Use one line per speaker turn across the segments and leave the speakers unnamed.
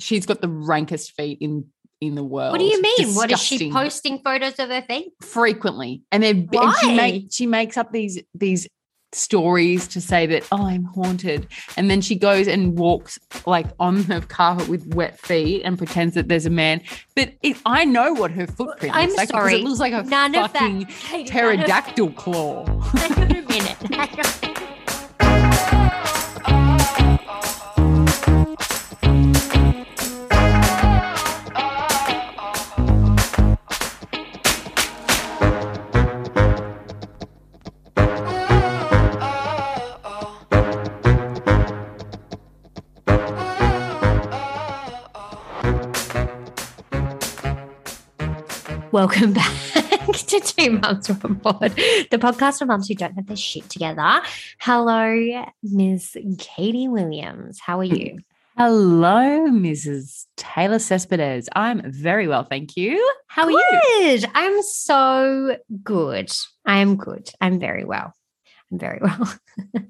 she's got the rankest feet in in the world.
What do you mean? What is she
Oh, Disgusting.
posting photos of her feet?
frequently? And then and
Why?
she makes she makes up these these stories to say that oh I'm haunted, and then she goes and walks like on the carpet with wet feet and pretends that there's a man. But it, I know what her footprint
I'm
looks like because
sorry.
it looks like a
None of
fucking
that. Katie, none of-
pterodactyl claw.
Hang on a minute. Hang on. Welcome back to Two Mums One Board, the podcast for mums who don't have their shit together. Hello, Miss Katie Williams. How are you?
Hello, Mrs. Taylor Cespedes. I'm very well, thank you. How are you?
Good. I'm so good. I am good. I'm very well. I'm very well.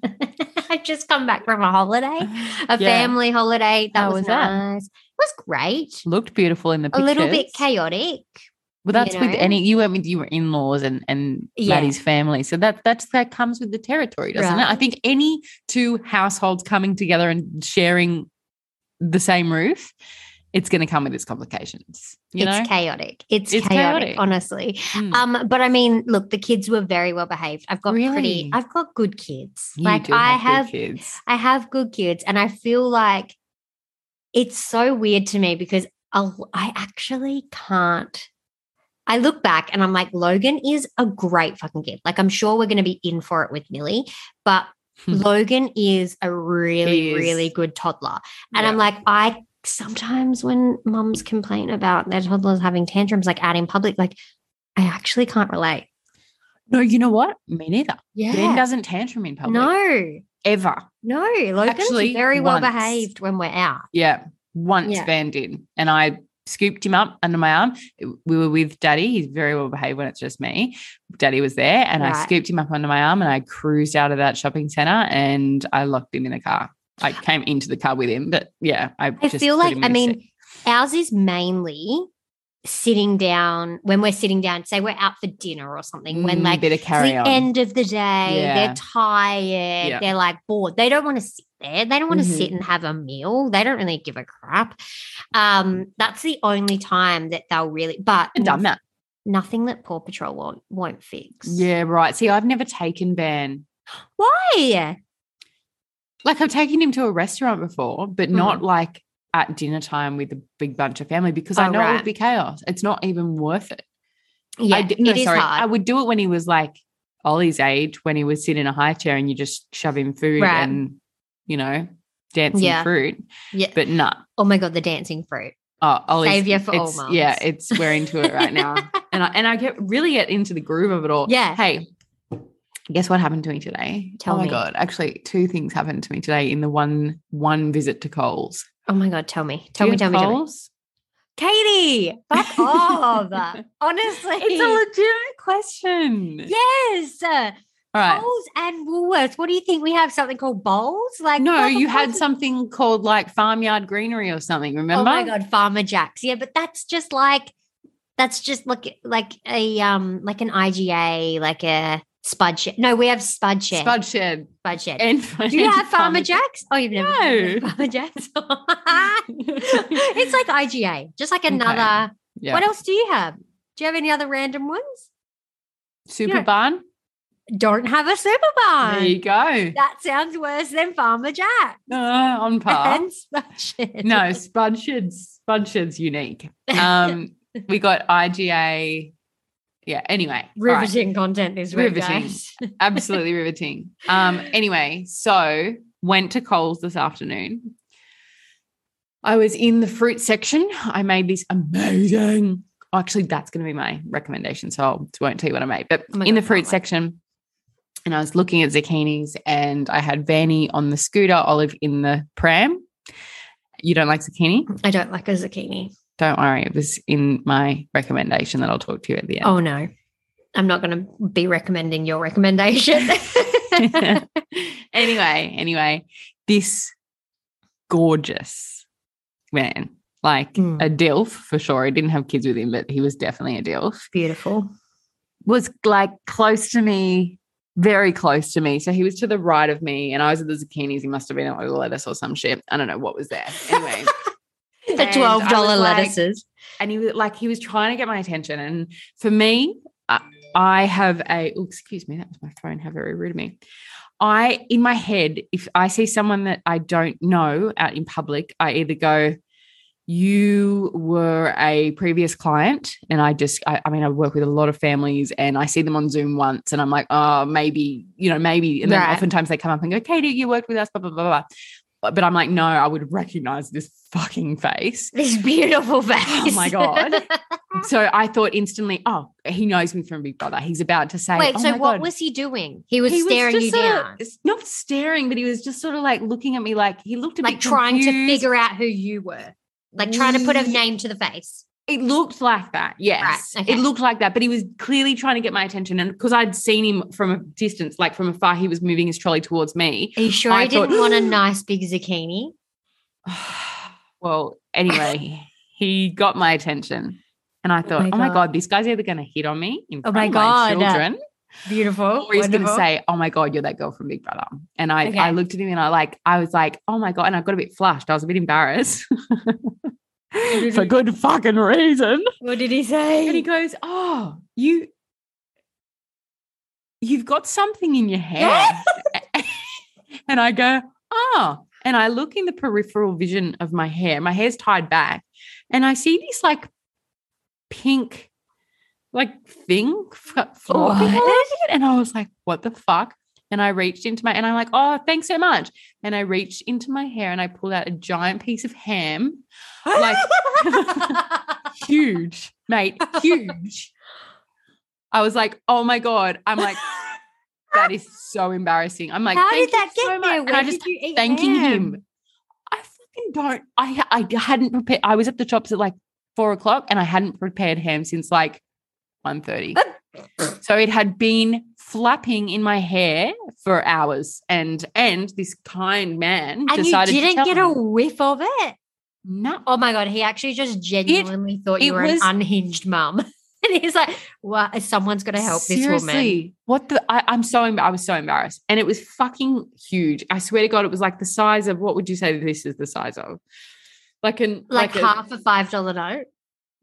I've just come back from a holiday, a
Yeah.
family holiday. That
How
was,
was that?
nice. It was great.
Looked beautiful in the
A
pictures.
little bit chaotic.
Well, that's
you
with
know?
any you went with your in-laws and and
Yeah.
Maddie's family, so that that's that comes with the territory, doesn't it? I
Right.
think any two households coming together and sharing the same roof, it's going to come with its complications. You
it's
know,
chaotic. It's,
It's
chaotic,
chaotic.
honestly.
Mm.
Um, but I mean, look, the kids were very well behaved. I've got pretty,
Really?
I've got good kids.
You
like
do
I
good
have,
kids.
I have good kids, and I feel like it's so weird to me because I'll- I actually can't. I look back and I'm like, Logan is a great fucking kid. Like, I'm sure we're going to be in for it with Millie, but
Hmm.
Logan is a really,
He is.
really good toddler. And I'm
Yeah.
like, I sometimes when mums complain about their toddlers having tantrums, like out in public, like, I actually can't relate.
No, you know what? Me neither. Ben
Yeah.
doesn't tantrum in public
No,
ever.
no. Logan's
Actually,
very well
once.
behaved when we're out.
Yeah. Once
Yeah.
Ben did. And I scooped him up under my arm. We were with Daddy. He's very well behaved when it's just me. Daddy was there and I
Right.
scooped him up under my arm and I cruised out of that shopping center and I locked him in the car. I came into the car with him, but yeah, I,
I
just
feel
put
like,
him
I
in a
mean,
seat.
ours is mainly sitting down when we're sitting down, say we're out for dinner or something, when
Mm,
like
bit of
it's
carry
the
on.
end of the day,
Yeah.
they're tired,
Yeah.
they're like bored, they don't want to sit there, they don't want to
Mhm.
sit and have a meal, they don't really give a crap. Um, that's the only time that they'll really, but
I've done that.
nothing that Paw Patrol won't, won't fix.
Yeah, right. See, I've never taken Ben.
Why?
Like I've taken him to a restaurant before, but
Mm-hmm.
not like at dinner time with a big bunch of family because I
Oh,
know it
right.
would be chaos. It's not even worth it.
Yeah,
I did, no,
it is
sorry. I
hard.
would do it when he was like Ollie's age, when he would sit in a high chair and you just shove him food
Right.
and, you know, dancing
Yeah.
fruit.
Yeah.
But nah.
oh my God, the dancing fruit.
Oh, Ollie's.
Savior for all
it's- Yeah,
mums.
it's we're into it right now. and I and I get really get into the groove of it all.
Yeah.
Hey, guess what happened to me today?
Tell
oh my
me.
god. Actually, two things happened to me today in the one one visit to Coles.
Oh my God, tell me,
Do
tell
you
me,
have
tell me, tell me.
Coles?
Katie, fuck off. Honestly.
It's a legitimate question.
Yes. Uh,
All right.
Bowls and Woolworths. What do you think? We have something called bowls? Like
No,
what the
you
fuck
had
is-
something called like farmyard greenery or something. Remember?
Oh my god, Farmer Jacks. Yeah, but that's just like that's just like like a um like an IGA, like a spud shed. No, we have spud shed.
Spud shed.
Spud shed.
And
do you have Farmer Jacks? Oh, you've never heard of
No.
Farmer Jacks. it's like IGA, just like another.
yeah.
What else do you have? Do you have any other random ones?
Super
Yeah.
barn.
Don't have a super
There
barn.
you go.
That sounds worse than Farmer Jack.
Uh, on par.
And Spudgeon.
no, spud shed's spud shed's unique. Um, we got IGA. Yeah. Anyway, all right.
riveting content this week,
Riveting.
guys.
absolutely riveting. Um, anyway, so went to Coles this afternoon. I was in the fruit section. I made these amazing. Actually, that's going to be my recommendation. So I won't tell you what I made, but
Oh my
in
God,
the fruit
can't wait.
section, and I was looking at zucchinis, and I had Vanny on the scooter, Olive in the pram. You don't like zucchini?
I don't like a zucchini.
Don't worry, it was in my recommendation that I'll talk to you at the end.
Oh no, I'm not going to be recommending your recommendation.
anyway, anyway, this gorgeous man like
Mm.
a DILF for sure. I didn't have kids with him, but he was definitely a DILF.
Beautiful.
Was like close to me, very close to me. So he was to the right of me, and I was at the zucchinis. He must have been at like the lettuce or some shit. I don't know what was there. Anyway.
The
And I
$12
was like-
lettuces.
and he was like he was trying to get my attention and for me i, I have a oh, excuse me that was my phone how very rude of me i in my head if i see someone that i don't know out in public i either go you were a previous client and i just I, I mean i work with a lot of families and i see them on zoom once and i'm like oh maybe you know maybe and then
Right.
oftentimes they come up and go katie you worked with us blah blah blah blah But- but i'm like no i would recognize this fucking face
This beautiful face.
Oh my God. so I thought instantly, oh, he knows me from Big Brother. He's about to say,
Wait,
oh
so
my
what
God.
was he doing? He was
He was
staring
just
you
sorta-
down,
s- Not staring, but he was just sort of like looking at me like he looked a
like
bit
trying to
confused. Mm.
figure out who you were, like trying to put a name to the face.
It looked like that. Yes.
okay.
It looked like that, but he was clearly trying to get my attention. And because I'd seen him from a distance, like from afar, he was moving his trolley towards me.
Are you sure
I
I didn't
thought-
want a nice big zucchini?
well, anyway, he got my attention. And I thought,
my
oh my
God.
God, this guy's either going to hit on me in
Oh
front
my
of
God.
my children
Beautiful.
or he's going to say, "Oh my god, you're that girl from Big Brother." And I, I
Okay.
looked at him and I like, I was like, "Oh my god!" And I got a bit flushed. I was a bit embarrassed for good fucking reason.
What did he say?
And he goes, "Oh, you, you've got something in your hair." and I go, "Oh." And I look in the peripheral vision of my hair. My hair's tied back, and I see this like pink, like thing f- flopping
What?
around it. And I was like, "What the fuck?" And I reached into my and I'm like, "Oh, thanks so much." And I reached into my hair and I pulled out a giant piece of ham, like- huge, mate, huge. I was like, "Oh my god!" I'm like, "That is so embarrassing." I'm like,
How
"Thank
did that
you so
get there?
much." And
Where
I just
did you eat
thanking
ham?
him. I fucking don't. I I hadn't prepared. I was at the shops at like four o'clock, and I hadn't prepared ham since like one thirty. so it had been flapping in my hair for hours, and and this kind man
And you
decided to
didn't
tell
get a
me.
whiff of it.
no.
Oh my god, he actually just genuinely thought
it
you were
was-
an unhinged mum. And he's like, "What? Someone's got to help this woman."
Seriously, What the? I, I'm so. emb- I was so embarrassed, and it was fucking huge. I swear to God, it was like the size of what would you say this is the size of? Like an
Like,
a-
half a five dollar note.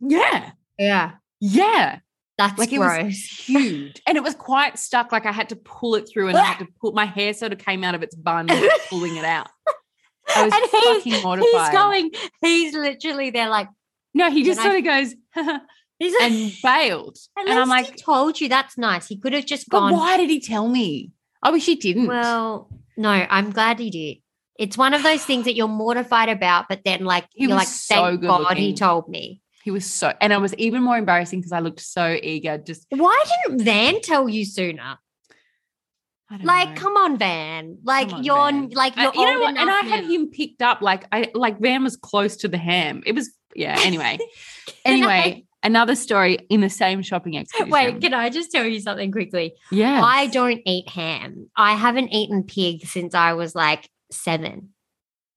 yeah,
Yeah,
yeah.
that's
like it was
gross.
huge and it was quite stuck like i had to pull it through and i had to pull my hair sort of came out of its bun pulling it out I was fucking
He's
mortified.
going. He's literally there, like,
no he just
And I-
sort of goes and
he's like,
bailed and i'm
"Unless
like
he told you that's nice. He could have just
but
gone.
why did he tell me i wish he didn't
Well, no, I'm glad he did. It's one of those things that you're mortified about, but then like
He
you're
was
like,
so
thank
good
God he
looking.
told me.
he was so and it was even more embarrassing because i looked so eager just
Why didn't Van tell you sooner?
I don't
Like,
know.
come on, Van. Like
Come on,
you're
Van.
like
I-
you're
you know
old
what? And I
enough
had
now.
him picked up like I like Van was close to the ham. It was yeah. Anyway,
Can I-
anyway, another story in the same shopping expedition.
Wait, can I just tell you something quickly?
yeah.
I don't eat ham. I haven't eaten pig since I was like seven.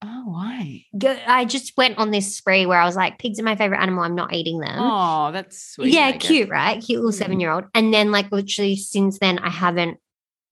Oh, why?
Go- I just went on this spree where I was like, pigs are my favorite animal. I'm not eating them.
Oh, that's sweet.
yeah,
I guess.
cute, right? Cute little
Mm.
seven year old. And then, like, literally since then, I haven't,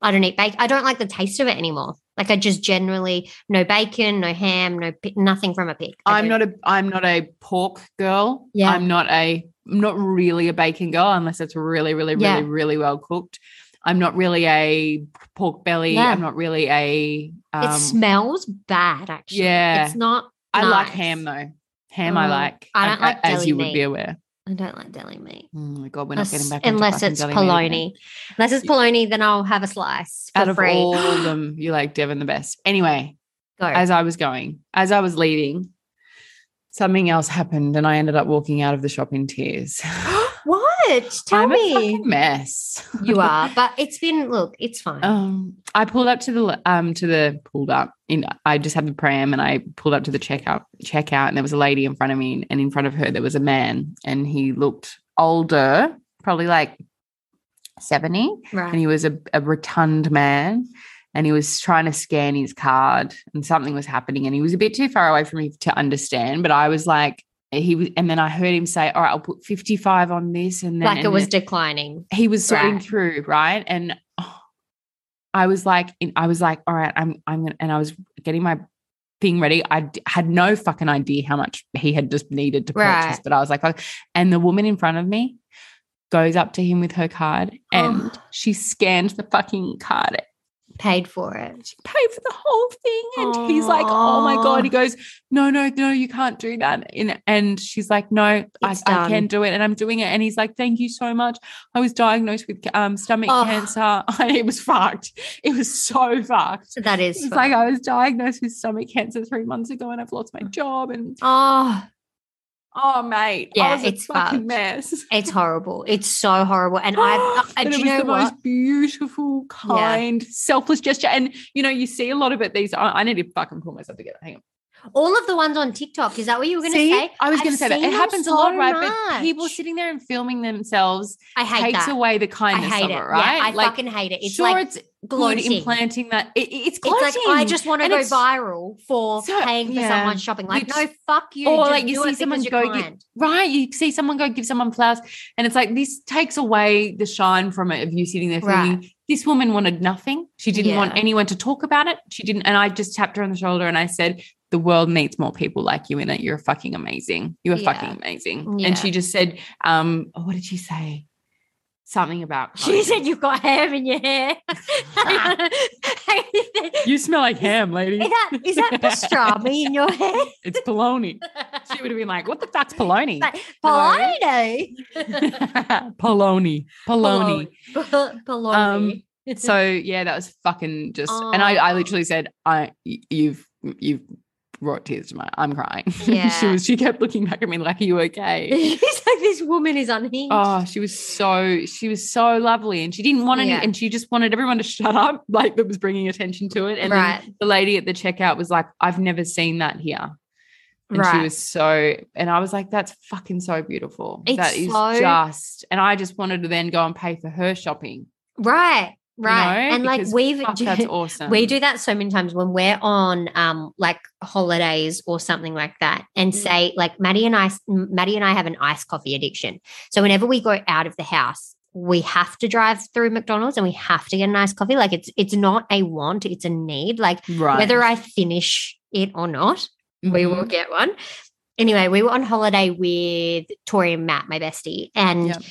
I don't eat bacon. I don't like the taste of it anymore. Like, I just generally, no bacon, no ham, no, pi- nothing from a pig. I
I'm
don't-
not a I'm not a pork girl.
Yeah.
I'm not a I'm not really a bacon girl unless it's really, really, really,
Yeah.
really well cooked. I'm not really a pork belly.
Yeah.
I'm not really a um,
it smells bad, actually.
yeah.
It's not,
I like
nice.
ham though. Ham I
Mm,
like.
I don't
a- a-
like
as
deli
you would be
meat.
aware.
I don't like deli meat.
Oh my god, we're not getting
Unless-
back into
unless
fucking
it's
deli meat again.
polony. Unless it's polony, then I'll have a slice for
Out of
free.
all of them, you like Devon the best. Anyway,
Go.
as I was going, as I was leaving, something else happened, and I ended up walking out of the shop in tears.
what? Tell
I'm a
me.
fucking mess.
you are, but it's been, look, it's fine.
Um, I pulled up to the um to the pulled up. In I just had the pram, and I pulled up to the checkout checkout, and there was a lady in front of me, and in front of her there was a man, and he looked older, probably like seventy, and
right.
he was a, a rotund man and he was trying to scan his card and something was happening and he was a bit too far away from me to understand but i was like he was, and then I heard him say, "All right, I'll put fifty five on this," and then
like it
and
was
then
declining.
he was sorting
right.
through right, and oh, I was like, in- I was like, "All right, I'm, I'm gonna," and I was getting my thing ready. I d- had no fucking idea how much he had just needed to purchase,
Right.
but I was like, oh. and the woman in front of me goes up to him with her card, and
Oh.
she scanned the fucking card
Paid for it.
she paid for the whole thing. And he's like, oh my
Aw.
God. He goes, no, no, no, you can't do that. And, and she's like, no, I, I
It's
can
done.
do it. And I'm doing it. And he's like, thank you so much. I was diagnosed with um, stomach
Oh.
cancer. And it was fucked. It was so fucked.
That is
It's
fun.
like, I was diagnosed with stomach cancer three months ago and I've lost
Mm.
my job. And
oh,
oh, mate. I
Yeah,
was a
it's
fucking
fucked.
mess.
it's horrible. It's so horrible. And I, I
and
do
it
you
was
know
the
what?
most beautiful, kind, selfless gesture. And you know, you see a lot of it. These I, I need to fucking pull myself together. Hang on.
All of the ones on TikTok. Is that what you were going to
See?
say?
I was
I've
going to say that
seen
it
them
happens a
so
lot, right? But people
much.
sitting there and filming themselves
I hate
takes
that.
away the
I
kindness
hate
of
it.
it, right?
Yeah, I
like,
fucking hate it. It's
sure,
like
it's good
gloating.
implanting that. It, it- it's
It's
gloating.
like "Oh, I just want to
And
go
it's-
viral for
So-
paying for
yeah.
someone shopping. Like,
Which-
no, fuck you.
or
Just
like you
do
see
it because
someone
you're
go get-
kind.
right. You see someone go give someone flowers, and it's like this takes away the shine from it of you sitting there
Right.
thinking this woman wanted nothing. She didn't want
Yeah.
anyone to talk about it. She didn't. And I just tapped her on the shoulder and I said. The world needs more people like you in it. You're fucking amazing. You are
Yeah.
fucking amazing.
Yeah.
And she just said, um, oh, what did she say? Something about
She
COVID.
said you've got ham in your hair. is,
You smell like ham, lady.
that, is that pastrami in your hair?
It's polony. She would have been like, what the fuck's polony?
Like, Polony.
polony. Polony.
Polony.
Um, So yeah, that was fucking just and I, I literally said, I y- you've you've brought tears to my I'm crying. she
Yeah.
was she kept looking back at me like, Are you okay?
He's like, this woman is unhinged.
Oh, she was so she was so lovely, and she didn't want any,
Yeah.
and she just wanted everyone to shut up, like that was bringing attention to it. And then
right,
the lady at the checkout was like, "I've never seen that here," And
right.
she was so, and I was like, that's fucking so beautiful.
It's
that is
so-
just, and I just wanted to then go and pay for her shopping.
right,
you
right.
know,
and like
because
we've
fuck,
do-
that's awesome.
we do that so many times when we're on um like holidays or something like that, and
Mm.
say like Maddie and I, Maddie and I have an iced coffee addiction. So whenever we go out of the house, we have to drive through McDonald's and we have to get an iced coffee. Like it's it's not a want, it's a need. Like
right. Mm-hmm.
whether I finish it or not, we will get one. Anyway, we were on holiday with Tori and Matt, my bestie, and
Yep.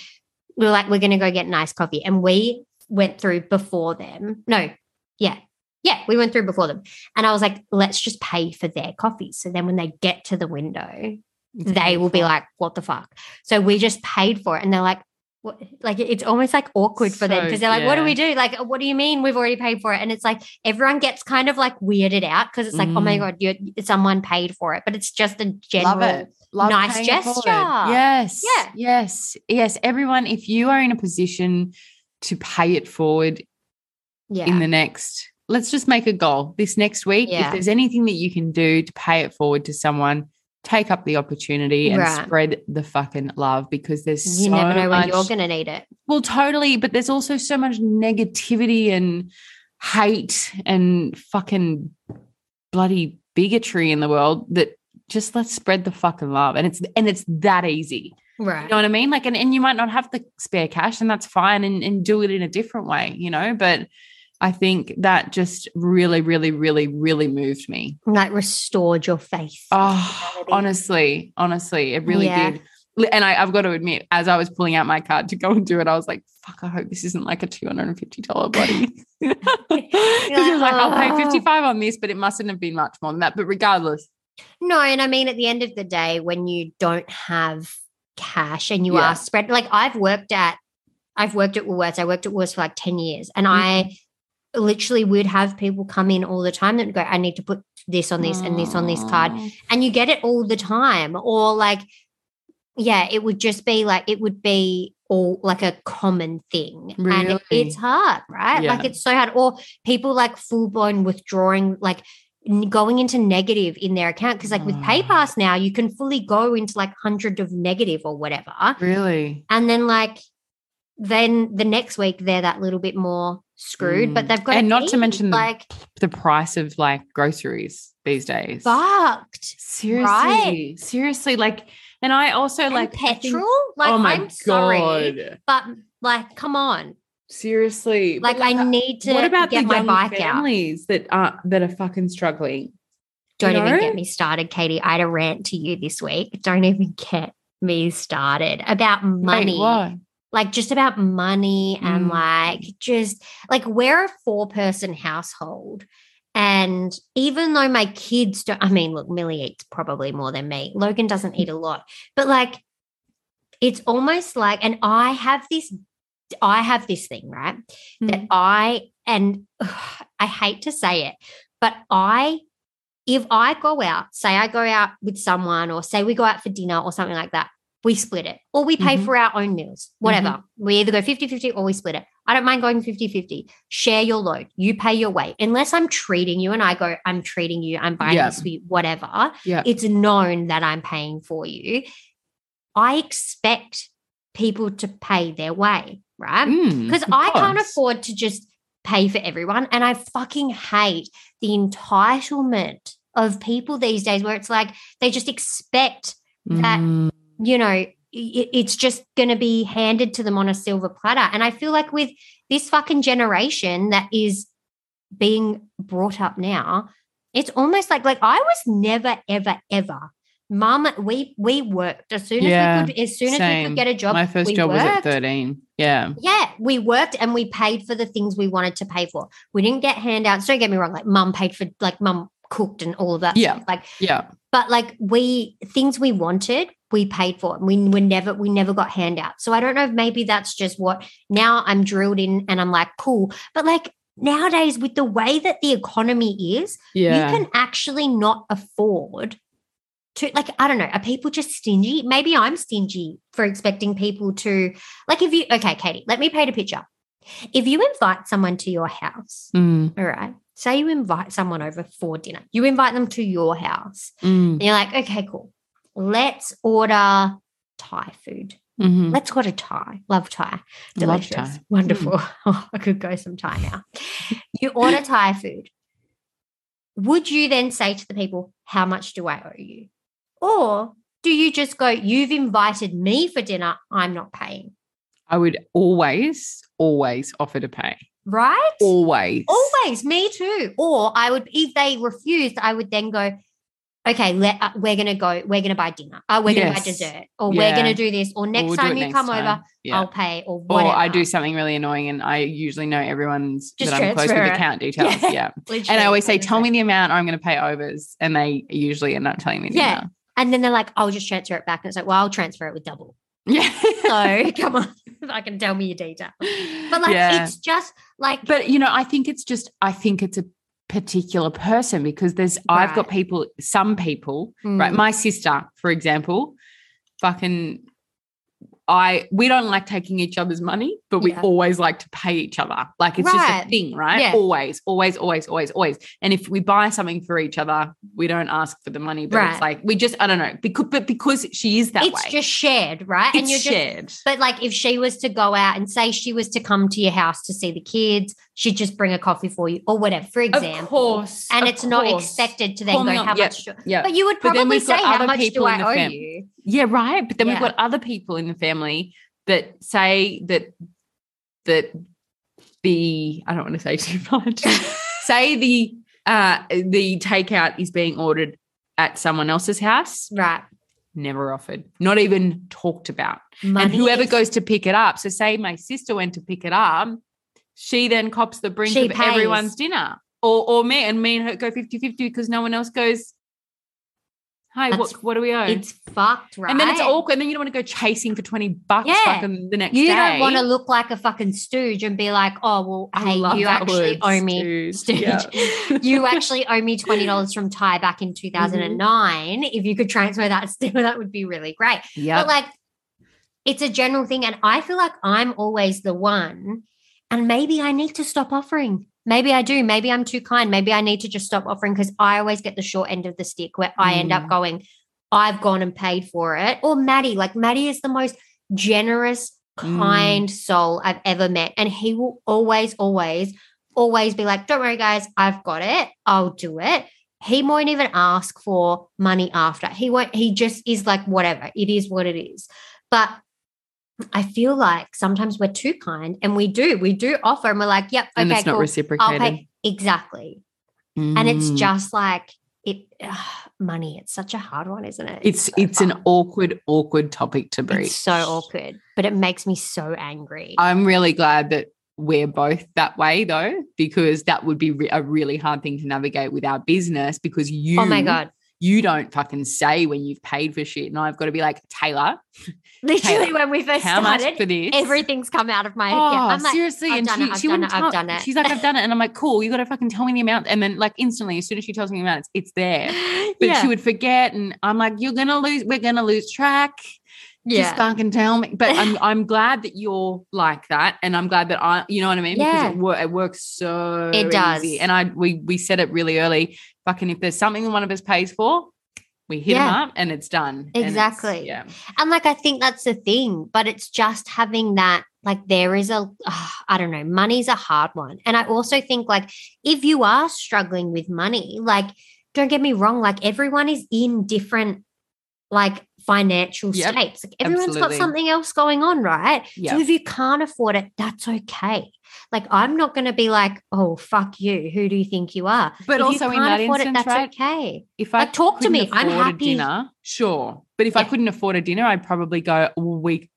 we were like, we're going to go get an iced coffee. And we went through before them. No, yeah. Yeah, we went through before them. And I was like, let's just pay for their coffee. So then when they get to the window, they will be
Mm-hmm.
like, what the fuck? So we just paid for it. And they're like, what? like it's almost like awkward for them
So-
because they're like, what do
yeah.
we do? Like, what do you mean we've already paid for it? And it's like everyone gets kind of like weirded out because it's like, oh my
Mm.
god, you someone paid for it, but it's just a general.
Love it. Love
nice
paying it forward.
gesture.
Yes.
Yeah.
Yes. Yes. Everyone, if you are in a position to pay it forward
Yeah,
in the next let's just make a goal this next week if
Yeah.
there's anything that you can do to pay it forward to someone take up the opportunity and
Right.
spread the fucking love because there's
you
so
never know when
much
you're gonna need it.
well totally but there's also so much negativity and hate and fucking bloody bigotry in the world that just let's spread the fucking love and it's and it's that easy
Right.
you know what i mean like and, and you might not have the spare cash and that's fine and, and do it in a different way you know but i think that just really really really really moved me
like restored your faith.
oh
Humanity.
honestly honestly it really
Yeah.
did Li- and I, i've got to admit as i was pulling out my card to go and do it i was like fuck i hope this isn't like a $250 bloody because it was like i'll
"Oh."
pay 55 on this but it mustn't have been much more than that but regardless
No, and I mean, at the end of the day, when you don't have cash and you
Yeah.
are spread, like I've worked at, I've worked at Woolworths. I worked at Woolworths for like 10 years. And I literally would have people come in all the time that would go, I need to put this on this and this on this card.
Aw.
And you get it all the time. Or like, yeah, it would just be like, it would be all like a common thing. And it-
Really?
it's hard, right? Like
Yeah.
it's so hard. Or people like full blown withdrawing, like n- going into negative in their account. Cause like with
Ah.
PayPass now, you can fully go into like hundred of negative or whatever.
really
And then like, then the next week they're that little bit more screwed,
Mm.
but they've got
And not to
eat,
mention the-
like
the price of like groceries these days
fucked.
Seriously, seriously, like, And I also
And
like I think-
petrol. like
oh my
I'm
god,
sorry, but like, come on.
seriously.
Like,
But,
I need to
what about
get
the
my
young
bike out.
families that are that are fucking struggling?
Don't even
know?
get me started, Katie. I had a rant to you this week. Don't even get me started about money.
Wait, what?
like just about money
Mm.
and like just like we're a four person household and even though my kids don't i mean look millie eats probably more than me logan doesn't eat a lot but like it's almost like and i have this i have this thing right that i and i hate to say it but i if i go out say i go out with someone or say we go out for dinner or something like that we split it or we pay
Mhm.
for our own meals whatever
Mm-hmm.
we either go 50-50 or we split it i don't mind going 50-50 share your load you pay your way unless i'm treating you and i go i'm treating you i'm buying
Yeah.
this for you whatever
Yeah.
it's known that i'm paying for you i expect people to pay their way right
Mm,
because
of
I can't
course.
afford to just pay for everyone. And I fucking hate the entitlement of people these days where it's like they just expect, that.
Mm,
you know, i- it's just going to be handed to them on a silver platter. And I feel like with this fucking generation that is being brought up now, it's almost like like I was never ever ever mum we we worked as soon
Yeah,
as we could as soon as we
same.
could get a job
my first
we
job was at
worked.
13. Yeah.
Yeah, we worked and we paid for the things we wanted to pay for. We didn't get handouts. Don't get me wrong, like mum paid for like mum cooked and all of that.
Yeah.
stuff. Like,
Yeah.
but like we things we wanted, we paid for. And we were never we never got handouts. So I don't know if maybe that's just what now I'm drilled in and I'm like, cool. But like nowadays with the way that the economy is,
Yeah.
you can actually not afford to like i don't know are people just stingy maybe i'm stingy for expecting people to like if you okay katie let me paint a picture if you invite someone to your house
Mm,
all right say you invite someone over for dinner you invite them to your house
mm,
and you're like okay cool let's order thai food
mhm.
let's order thai Mm. love thai Mm.
Love
delicious
Thai.
wonderful i could go some thai now you order thai food would you then say to the people how much do i owe you or do you just go you've invited me for dinner i'm not paying
I would always, always offer to pay.
right
Always.
always me too or i would if they refused i would then go okay let, uh, we're gonna go we're gonna buy dinner uh, we're gonna buy
Yes.
dessert or
Yeah.
we're gonna do this or
Or
next
we'll do
time
it
you
next
come
time.
over
Yeah.
i'll pay or whatever
or I do something really annoying and I usually know everyone's
Just
that I'm close with
transfer
the
it.
account details. Yeah.
Yeah.
And I
Literally,
always say,
I'm
tell
like-
me the amount or I'm going to pay overs. And they usually end up telling me the
Yeah.
amount.
And then they're like, I'll just transfer it back. And it's like, well, I'll transfer it with double.
Yeah.
So come on, I can tell me your detail. But like,
Yeah.
it's just like,
but you know, I think it's just, I think it's a particular person because there's, I've got
Right.
people, some people right?
mm,
My sister, for example, fucking, I we don't like taking each other's money, but we
Yeah.
always like to pay each other. Like it's just a
Right.
thing, right?
Yeah.
Always, always, always, always, always. And if we buy something for each other, we don't ask for the money, but it's
Right.
like we just I don't know because but because she is that
it's
way,
just shared, right?
it's
and you're just,
shared.
but like, if she was to go out and say she was to come to your house to see the kids, she'd just bring a coffee for you or whatever, for example.
of course,
and
of
it's not
course.
expected to then
Call
go,
me on-
how
yep,
much? do-"
Yeah, uh,
But you would
But then
probably
we've got
say, how
other
much do
people in
I
the
owe
fam-
you?
Yeah, right. But then we've
Yeah.
got other people in the family that say that that the I don't want to say too much. say the uh the takeout is being ordered at someone else's house,
Right.
never offered, not even talked about.
Money
and whoever
is-
goes to pick it up, so say my sister went to pick it up, she then cops the brink
She
of
pays.
everyone's dinner. Or or me and me and her go 50-50 because no one else goes, Hey, what
That's-
what do we owe?
it's fucked, right?
And then it's awkward. And then you don't want to go chasing for 20 bucks
Yeah.
fucking the next
You
day.
don't want to look like a fucking stooge and be like, oh, well,
I
hey,
love
you
that
actually
word,
owe me.
stooge. Mm-hmm. Yeah.
you actually owe me $20 from Thai back in 2009. If you could transfer that still, that would be really great.
yeah.
But like, it's a general thing. And I feel like I'm always the one. And maybe I need to stop offering. Maybe I do. Maybe I'm too kind. Maybe I need to just stop offering because I always get the short end of the stick where I end up
Mm.
going, I've gone and paid for it. Or Maddie, like, Maddie is the most generous,
Mm.
kind soul I've ever met. And he will always, always, always be like, don't worry, guys, I've got it. I'll do it. He won't even ask for money after. He won't, he just is like, whatever, it is what it is. But I feel like sometimes we're too kind and we do, we do offer and we're like, yep, okay,
and it's not
cool. I'll
reciprocated.
pay. Exactly. And it's
Mm.
just like, it, ugh, money, it's such a hard one, isn't it?
it's
so
it's an
hard.
awkward, awkward topic to breach.
It's so awkward, but it makes me so angry.
I'm really glad that we're both that way though, because that would be re- a really hard thing to navigate with our business because you,
oh my God.
you don't fucking say when you've paid for shit, and I've got to be like Taylor,
Literally,
Taylor,
when we first
how much for
started,
this?
everything's come out of my head.
Oh,
Yeah, I'm like,
seriously.
"I've
and
done
she,
it, I've
she
done
wouldn't
it, I've
tell-
done it.
She's like, I've done it. And I'm like, cool, you got to fucking tell me the amount. And then, like, instantly, as soon as she tells me the amount, it's, it's there. But
yeah.
she would forget. And I'm like, you're going to lose, we're going to lose track. Just
yeah.
fucking tell me. But I'm, I'm glad that you're like that. And I'm glad that I, you know what I mean?
Yeah.
Because it, wor- it works so
It does.
easy. And I, we, we said it really early. Fucking, if there's something one of us pays for, we hit 'em
Yeah.
up and it's done. And it's-
Exactly.
yeah.
And like, I think that's the thing, but it's just having that. Like, there is a, ugh, I don't know, money's a hard one. And I also think, like, if you are struggling with money, like, don't get me wrong, like, everyone is in different, like, financial
Yep.
states. Like, everyone's
Absolutely.
got something else going on, right?
Yeah.
So if you can't afford it, that's okay. Like, I'm not going to be like, oh, fuck you. Who do you think you are?
But
if
also
you
in that
can't afford
instance,
it, that's
right?
okay.
if I
Like, talk to
couldn't
me. I'm
afford a
happy.
dinner, sure. But if I
Yeah.
couldn't afford a dinner, I'd probably go. Well, we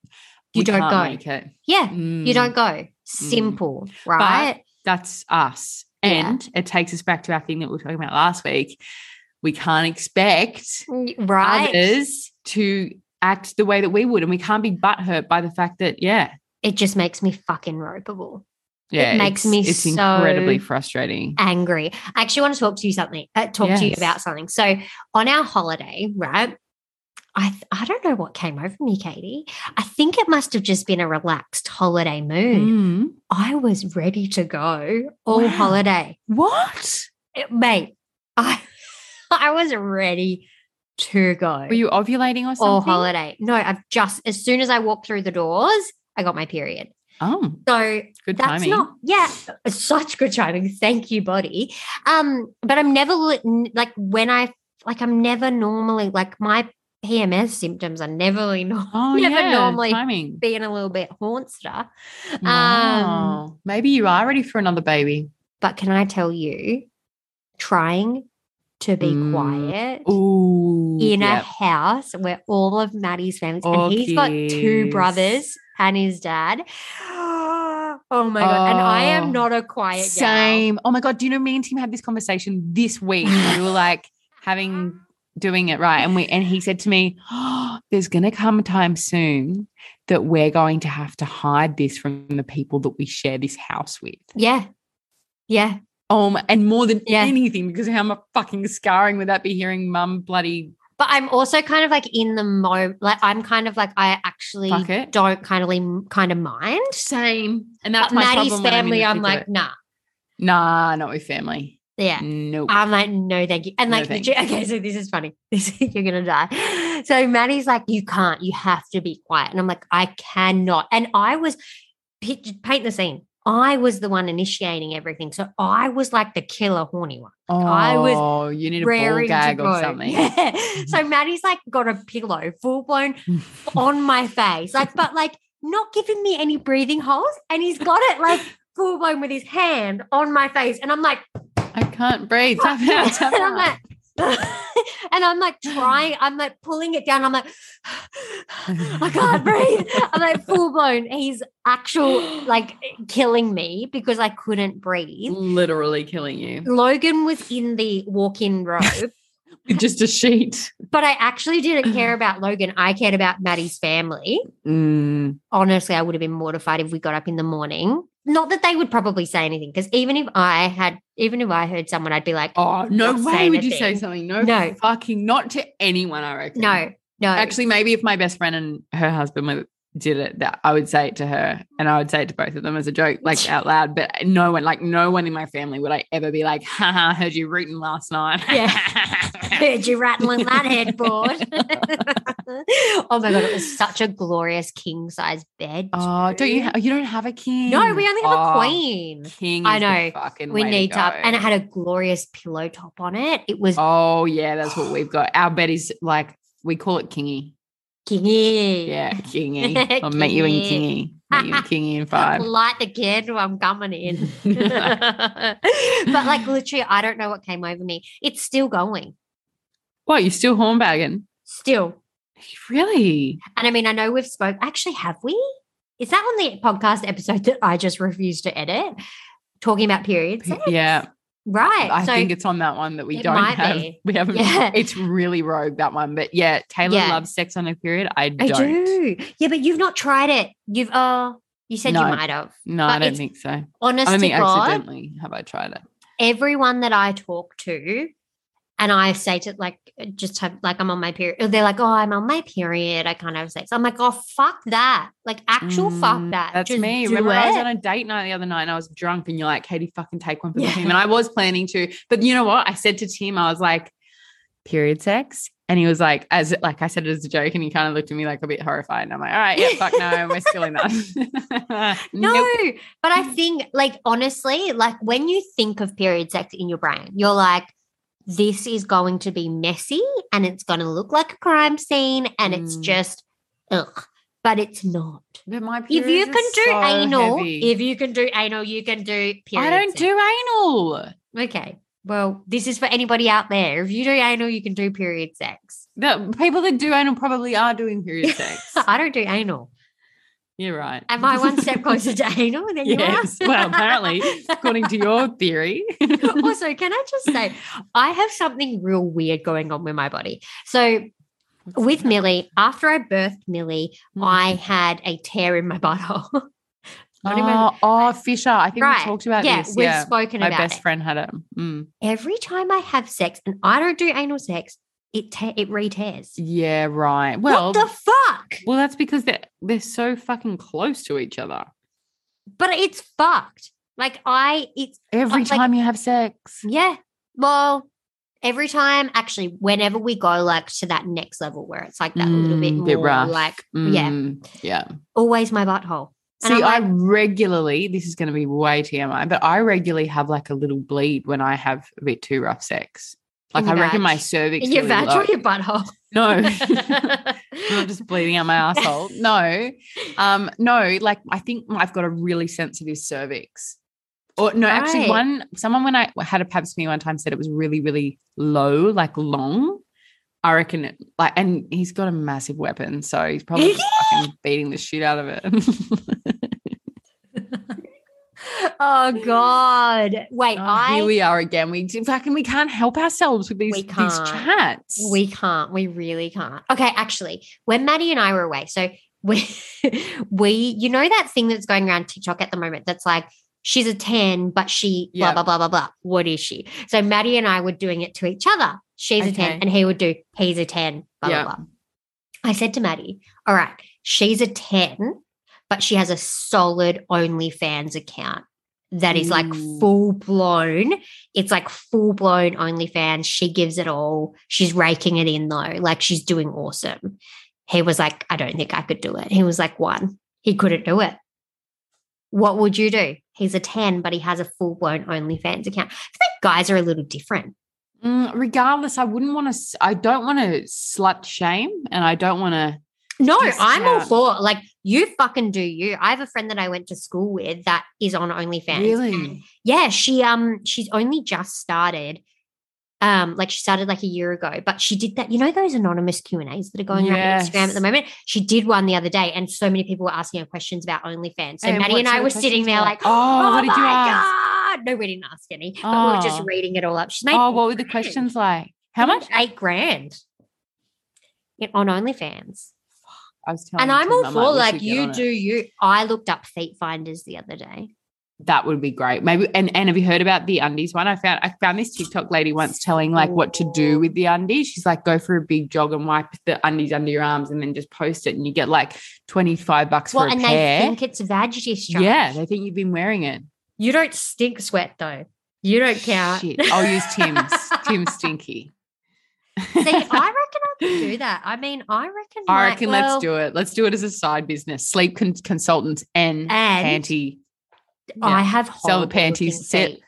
You
we
don't
can't
go.
Make it.
Yeah. You
Mm,
don't go. Simple, right?
That's us,
Yeah.
and it takes us back to our thing that we were talking about last week. We can't expect
Mm, Right.
others to act the way that we would, and we can't be butthurt by the fact that yeah,
It just makes me fucking ropeable.
yeah,
makes
it's-
me
it's
so
incredibly frustrating.
Angry. I actually want to talk to you something, uh, talk to you
Yes.
about something. So on our holiday, right? I, th- I don't know what came over me, Katie. I think it must have just been a relaxed holiday mood.
Mm.
I was ready to go all
Wow.
holiday.
What
It- mate, I I was ready to go
were you ovulating or something?
all holiday. No, I've just as soon as I walked through the doors, I got my period.
Oh,
So
good
That's
timing.
not, yeah, it's such good timing. Thank you, body. Um, but I'm never li- n- like when I like I'm never normally like my PMS symptoms are never really not
oh,
never
yeah,
normally
timing.
being a little bit haunster. Um,
Wow. Maybe you are ready for another baby.
But can I tell you, trying to be
Mm.
quiet
Ooh.
in a house where all of Maddie's family
Oh,
and he's got two
geez.
brothers and his dad. Oh my god! And I
Oh.
am not a quiet gal.
Same. Oh my God. Do you know me and Tim had this conversation this week? we were like having doing it right. And we and he said to me, oh, there's gonna come a time soon that we're going to have to hide this from the people that we share this house with.
Yeah. Yeah.
Um, and more than
Yeah.
anything, because how much fucking scarring would that be hearing mum bloody
But I'm also kind of like in the moment, like I'm kind of like I actually
fuck it?
don't kind of kind of mind.
Same. And that's
But
my
Maddie's
problem when in
family,
the
I'm,
thick of it.
like, nah,
Nah, not with family.
yeah.
Nope.
I'm like, no, thank you. And
Mm. No
like, legit- okay, so this is funny. This you're gonna die. So Maddie's like, you can't. You have to be quiet. And I'm like, I cannot. And I was pic- paint the scene. I was the one initiating everything, so I was like the killer horny one.
oh,
I was
you need a ball
raring
gag
to
or
go.
something.
Yeah. So Maddie's like got a pillow, full blown on my face, like, but like not giving me any breathing holes. And he's got it like full blown with his hand on my face. And I'm like,
I can't breathe. Tap out, tap
and I'm
out.
like, and I'm like trying, I'm like pulling it down. I'm like, I can't breathe. I'm like full blown. He's actual like killing me because I couldn't breathe.
Literally killing you
Logan was in the walk in robe,
with just a sheet.
but I actually didn't care about Logan. I cared about Maddie's family.
Mm,
honestly, I would have been mortified if we got up in the morning. Not that they would probably say anything, because even if I had, even if I heard someone, I'd be like,
Oh, no
Not
way
saying
would
a
you say
thing.
something. No,
No.
fucking not to anyone, I reckon.
no, no.
Actually, maybe if my best friend and her husband were did it that I would say it to her and I would say it to both of them as a joke, like out loud. But no one, like no one in my family would I ever be like, ha ha, heard you rooting last night.
Yeah. Heard you rattling that headboard. oh my god, it was such a glorious king size bed.
oh, don't you
too.
ha- you don't have a king.
No, we only have
Oh,
a queen.
King
I
is the
know.
fucking
We
way
need
to
to up,
go.
and it had a glorious pillow top on it. It was
Oh yeah, that's what we've got. Our bed is like we call it kingy.
kingy.
Yeah, kingy. I'll meet you in kingy. Meet you in kingy in five.
Light the candle, I'm coming in. but like literally, I don't know what came over me. It's still going,
What, you still hornbagging?
still.
Really?
And I mean, I know we've spoke. Actually, have we? Is that on the podcast episode that I just refused to edit? Talking about periods,
Yeah.
right?
I think it's on that one that we
it
don't
might
have.
be.
We haven't.
Yeah.
It's really rogue that one, but yeah, Taylor
Yeah.
loves sex on her period. I
I
don't.
do. Yeah, but you've not tried it. You've uh you said
No.
you might have.
No,
But
I don't
it's-
think so.
Honest
I mean,
to God,
accidentally have I tried it?
everyone that I talk to and I say to like just have like I'm on my period. They're like, oh, I'm on my period. I can't have sex. I'm like, oh fuck that. Like actual fuck
Mm,
that.
That's
Just
me.
do
Remember, I was
it.
on a date night the other night and I was drunk, and you're like, Katie, fucking take one for
Yeah.
the team. And I was planning to, but you know what? I said to Tim, I was like, period sex. And he was like, as like I said it as a joke, and he kind of looked at me like a bit horrified. And I'm like, all right, yeah, fuck no, we're still in that.
no,
Nope.
but I think, like, honestly, like when you think of period sex in your brain, you're like, this is going to be messy and it's going to look like a crime scene and it's
Mm.
just, ugh, but it's not.
But my
If you
periods are
can do
so
anal,
heavy.
if you can do anal, you can do period.
I don't
sex.
do anal.
Okay. Well, this is for anybody out there. If you do anal, you can do period sex.
The people that do anal probably are doing period sex.
I don't do anal.
You're right.
Am I one step closer to anal than
yes.
you are?
well, apparently, according to your theory.
also, can I just say, I have something real weird going on with my body. So, with Millie, after I birthed Millie,
Hmm.
I had a tear in my butthole. Not in my-
oh, oh, Fisher. I think
Right.
we talked about
yeah,
this.
we've
Yeah.
spoken
My
about
best
it.
friend had it. Mm.
Every time I have sex, and I don't do anal sex, it te- it re-tears.
Yeah, right. Well,
what the fuck?
well, that's because they're they're so fucking close to each other.
But it's fucked. Like I, it's
Every
like-
time you have sex.
yeah. Well, every time, actually, whenever we go like to that next level where it's like that a little bit
Mm,
more,
bit rough.
like yeah,
Mm, yeah.
always my butthole. And
See,
I'm
I
like-
regularly, this is going to be way TMI, but I regularly have like a little bleed when I have a bit too rough sex.
In
Like I
your
reckon my
vag?
cervix.
In your
really
vag or
low-
your butthole?
No. Not just bleeding out my asshole. No. Um, no, like I think I've got a really sensitive cervix. Or no, actually
Right.
one someone when I had a pap smear one time said it was really, really low, like long. I reckon it like and he's got a massive weapon, so he's probably just fucking beating the shit out of it.
oh God! Wait,
Oh,
I
here
we,
we are again. We do- fucking we can't help ourselves with these,
We
these
can't.
chats.
can't. We really can't. Okay, actually, when Maddie and I were away, so we we you know that thing that's going around TikTok at the moment that's like. She's a 10, but she blah,
Yeah.
blah, blah, blah, blah. What is she? So Maddie and I were doing it to each other. She's a 10,
Okay.
and he would do, he's a 10, blah,
Yeah.
blah, blah. I said to Maddie, all right, she's a 10, but she has a solid OnlyFans account that is like
Ooh.
full blown. It's like full blown OnlyFans. She gives it all. She's raking it in though. Like she's doing awesome. He was like, I don't think I could do it. He was like, one, he couldn't do it. What would you do? He's a 10, but he has a full blown OnlyFans account. I think guys are a little different.
Mm, regardless, I wouldn't want to. I don't want to slut shame, and I don't want to.
No,
Just
I'm all
chat.
for like you fucking do you. I have a friend that I went to school with that is on OnlyFans. and
Really?
yeah, she um she's only just started. Um, like she started like a year ago, but she did that. You know those anonymous Q and A's that are going around Instagram at
Yes.
the moment. She did one the other day, and so many people were asking her questions about OnlyFans. So
And
Maddie
what
and I
sort of
were sitting
questions
there
were-
like,
Oh, what did you
my
ask?
God. No, we didn't ask any, but we were just
Oh.
reading it all up. She's made
Oh, what were the
grand.
questions like? How
She made
much?
Eight grand. Yeah, on OnLyFans.
I was telling.
And I'm
Tim,
all
Oh, I'm
for
we
like
should get
you
on it.
do you. I looked up feet finders the other day.
That would be great. Maybe and, and have you heard about the undies one? I found I found this TikTok lady once telling like what to
Oh.
do with the undies. She's like, go for a big jog and wipe the undies under your arms and then just post it and you get like 25 bucks
Well,
for a
and
pair.
they think it's vag discharge.
yeah, they think you've been wearing it.
You don't stink sweat though. You don't count.
Shit. I'll use Tim's. Tim's stinky.
See, I reckon I could do that. I mean, I reckon.
I
like,
reckon
well,
let's do it. Let's do it as a side business. Sleep con- consultants and,
And
panty.
I
Yeah.
have
Sell the
horrible
panties,
looking
sit-
feet.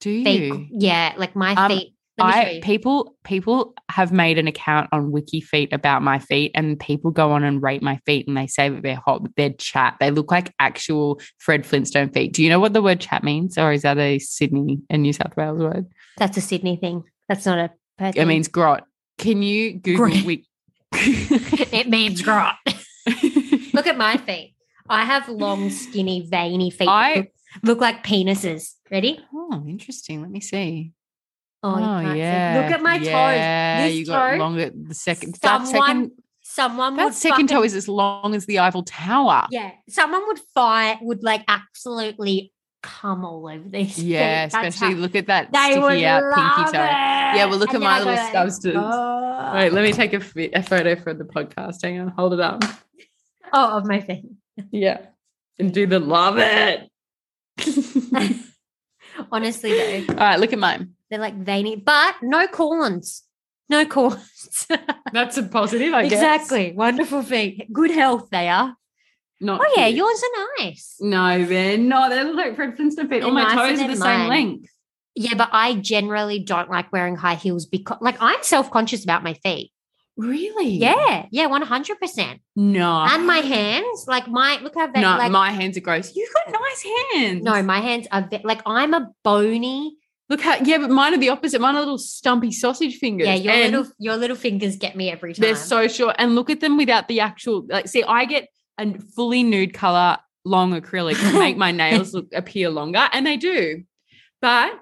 Do
Feet-
you?
Yeah, like my
Um,
feet. Let me show
I
you.
people people have made an account on Wiki Feet about my feet, and people go on and rate my feet, and they say that they're hot, but they're chat. They look like actual Fred Flintstone feet. Do you know what the word chat means, or is that a Sydney and New South Wales word?
That's a Sydney thing. That's not a. Perth
It
thing.
means grot. Can you Google
Grot.
Wiki?
it means grot. Look at my feet. I have long, skinny, veiny feet. that
I-
look, look like penises. Ready?
oh, interesting. Let me see.
Oh, you can't see. Look at my
yeah,
toes. This
you got
toe,
longer. The second, that
someone
second,
someone
that
would
second toe
fucking-
is as long as the Eiffel Tower.
Yeah, someone would fire would like absolutely come all over these. feet.
Yeah,
That's
especially
how-
look at that
they would
sticky out pinky
love
toe.
It.
Yeah, well, look at
And
my
then
little
I go
stubs too.
Oh,
Wait, let me take a, fit, a photo for the podcast. Hang on, hold it up.
oh, of my feet.
Yeah, and do the love it.
Honestly, though,
All right, look at mine.
they're like veiny, but no corns, no corns.
That's a positive, I guess.
exactly, wonderful feet, good health. They are.
Not
Oh yeah,
cute.
yours are nice.
No, they're not. They look like Fred Flintstone feet. All
They're
my
nicer
toes are
than
the same
mine.
length.
Yeah, but I generally don't like wearing high heels because, like, I'm self conscious about my feet.
Really?
Yeah, yeah, one hundred percent.
No.
And my hands, like my look how they
no,
like.
my hands are gross. You've got nice hands.
no, my hands are ve- like I'm a bony.
Look how yeah, but mine are the opposite. Mine are little stumpy sausage fingers.
Yeah, your
and
little your little fingers get me every time.
they're so short. And look at them without the actual like see, I get a fully nude color long acrylic to make my nails look appear longer, and they do. But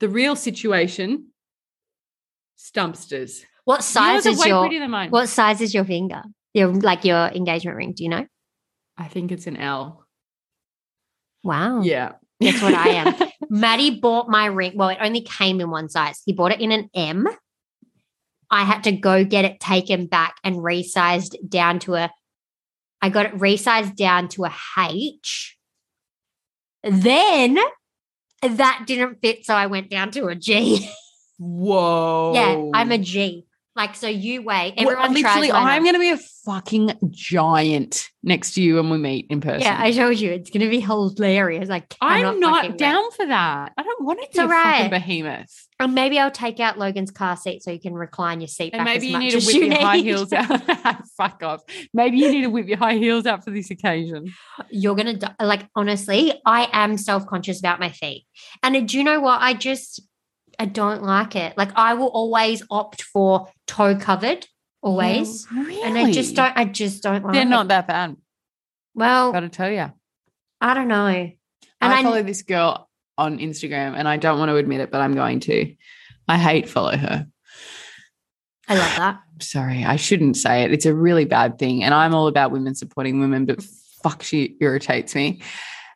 the real situation, stumpsters.
what size
Yours are
is
way
your
prettier than mine.
what size is your finger? Your like your engagement ring? Do you know?
I think it's an L.
Wow.
Yeah.
That's what I am. Maddie bought my ring. Well, it only came in one size. He bought it in an M. I had to go get it taken back and resized down to a. I got it resized down to a H. Then that didn't fit, so I went down to a G.
Whoa.
yeah, I'm a G. Like so, you weigh.
Oh. Well,
Everyone
literally,
tries. mine
I'm
on.
going to be a fucking giant next to you when we meet in person.
Yeah, I told you it's gonna be hilarious. I cannot
I'm not
fucking wait.
down for that. I don't want it to
It's
be a fucking
alright.
behemoth.
And maybe I'll take out Logan's car seat so you can recline your seat.
And
back
maybe
as
you
much
need to
as
whip
you
your high
need.
heels out. Fuck off. Maybe you need to whip your high heels out for this occasion.
You're gonna die. like honestly. I am self conscious about my feet, and uh, do you know what? I just I don't like it. Like I will always opt for toe covered, always,
Really?
and I just don't. I just don't like.
They're
it.
not that bad.
Well,
Gotta tell you.
I don't know. And
I
I,
follow this girl on Instagram, and I don't want to admit it, but I'm going to. I hate follow her.
I love that.
I'm sorry, I shouldn't say it. It's a really bad thing. And I'm all about women supporting women, but fuck, she irritates me.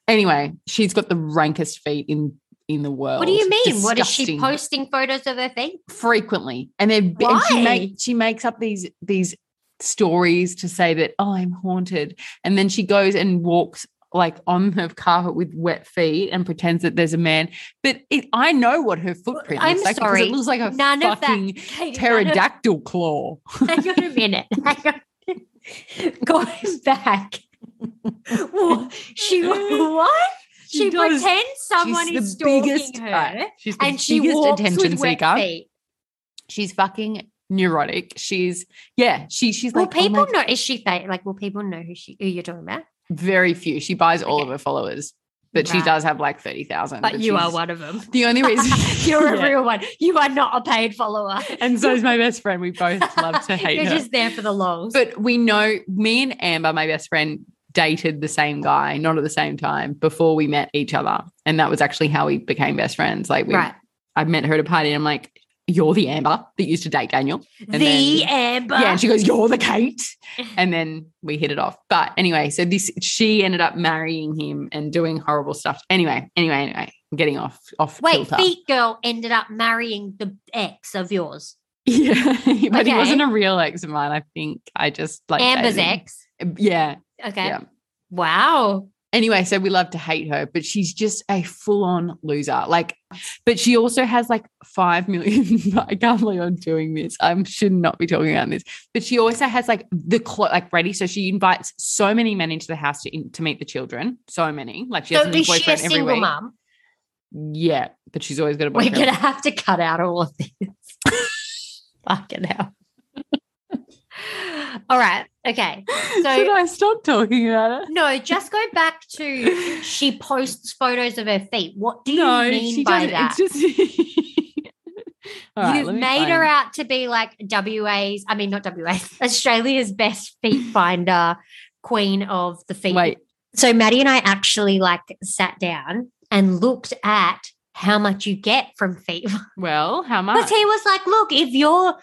Anyway, she's got the rankest feet in in the world.
What do you mean? What is she
Disgusting.
posting photos of her feet?
frequently? And then and she
Why?
make, she makes up these these stories to say that oh, I'm haunted, and then she goes and walks like on the carpet with wet feet and pretends that there's a man. But it, I know what her footprint
I'm
looks like
sorry.
because it looks like a
None of that.
fucking
Katie, none of
pterodactyl claw.
Hang on a minute. Hang on. Going back. Wha- she what? She,
She does.
pretends someone
She's
is
the
stalking
biggest-
her,
right. She's the
and she
biggest
walks
attention
with wet
seeker.
feet.
She's fucking neurotic. She's yeah. She she's
Will
like oh my
people know? Is she fake? Like, will people know who she who you're talking about?
very few. She buys all of
Okay.
her followers, but she
Right.
does have like thirty thousand.
But you are one of them.
The only reason
You're
Yeah.
a real one. You are not a paid follower.
And so is my best friend. We both love to hate
You're
her.
just there for the lols.
But we know me and Amber, my best friend, dated the same guy, not at the same time, before we met each other, and that was actually how we became best friends. Like we,
right.
I met her at a party, and I'm like, you're the Amber that used to date Daniel.
the
And then-
Amber.
Yeah, and she goes, "You're the Kate," and then we hit it off. But anyway, so this she ended up marrying him and doing horrible stuff. Anyway, anyway, anyway, I'm getting off off
Wait,
kilter.
feet girl ended up marrying the ex of yours,
Yeah, but he
Okay.
wasn't a real ex of mine. I think I just like
Amber's
dated
ex.
him. Yeah.
Okay.
Yeah.
Wow.
Anyway, so we love to hate her, but she's just a full-on loser. Like, but she also has like five million. I can't believe I'm doing this. I should not be talking about this. But she also has like the clo- like ready. So she invites so many men into the house to in- to meet the children. So many. Like she has
So
a new
is she a
boyfriend every
single
week.
mum?
Yeah, but she's always got a
We're
boyfriend.
gonna have to cut out all of this. Fucking hell. all right. Okay. so-
should I stop talking about it?
No, just go back to she posts photos of her feet. What do you
no,
mean
she
by
doesn't.
that?
It's just. All right,
You've
let me
made her
find-
out to be like WA's, I mean, not WA's, Australia's best feet finder, queen of the feet.
Wait,
So Maddie and I actually like sat down and looked at how much you get from feet.
well, how
Because
much?
he was like, look, if you're,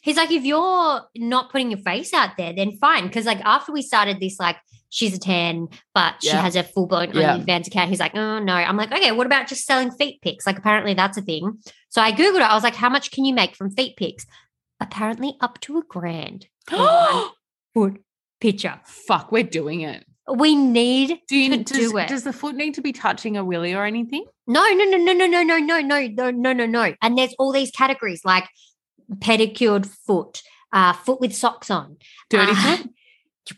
he's like, if you're not putting your face out there, then fine. Because like after we started this, like she's a 10, but she
Yeah.
has a full blown
Yeah.
OnlyFans account. He's like, oh no. I'm like, okay, what about just selling feet pics? Like apparently that's a thing. So I Googled it. I was like, how much can you make from feet pics? Apparently up to a grand. for one Foot picture.
Fuck, we're doing it.
We need
Do you
To
does,
do it.
does the foot need to be touching a willy or anything?
No, no, no, no, no, no, no, no, no, no, no, no, no. And there's all these categories like pedicured foot, uh, foot with socks on,
Dirty
uh,
foot?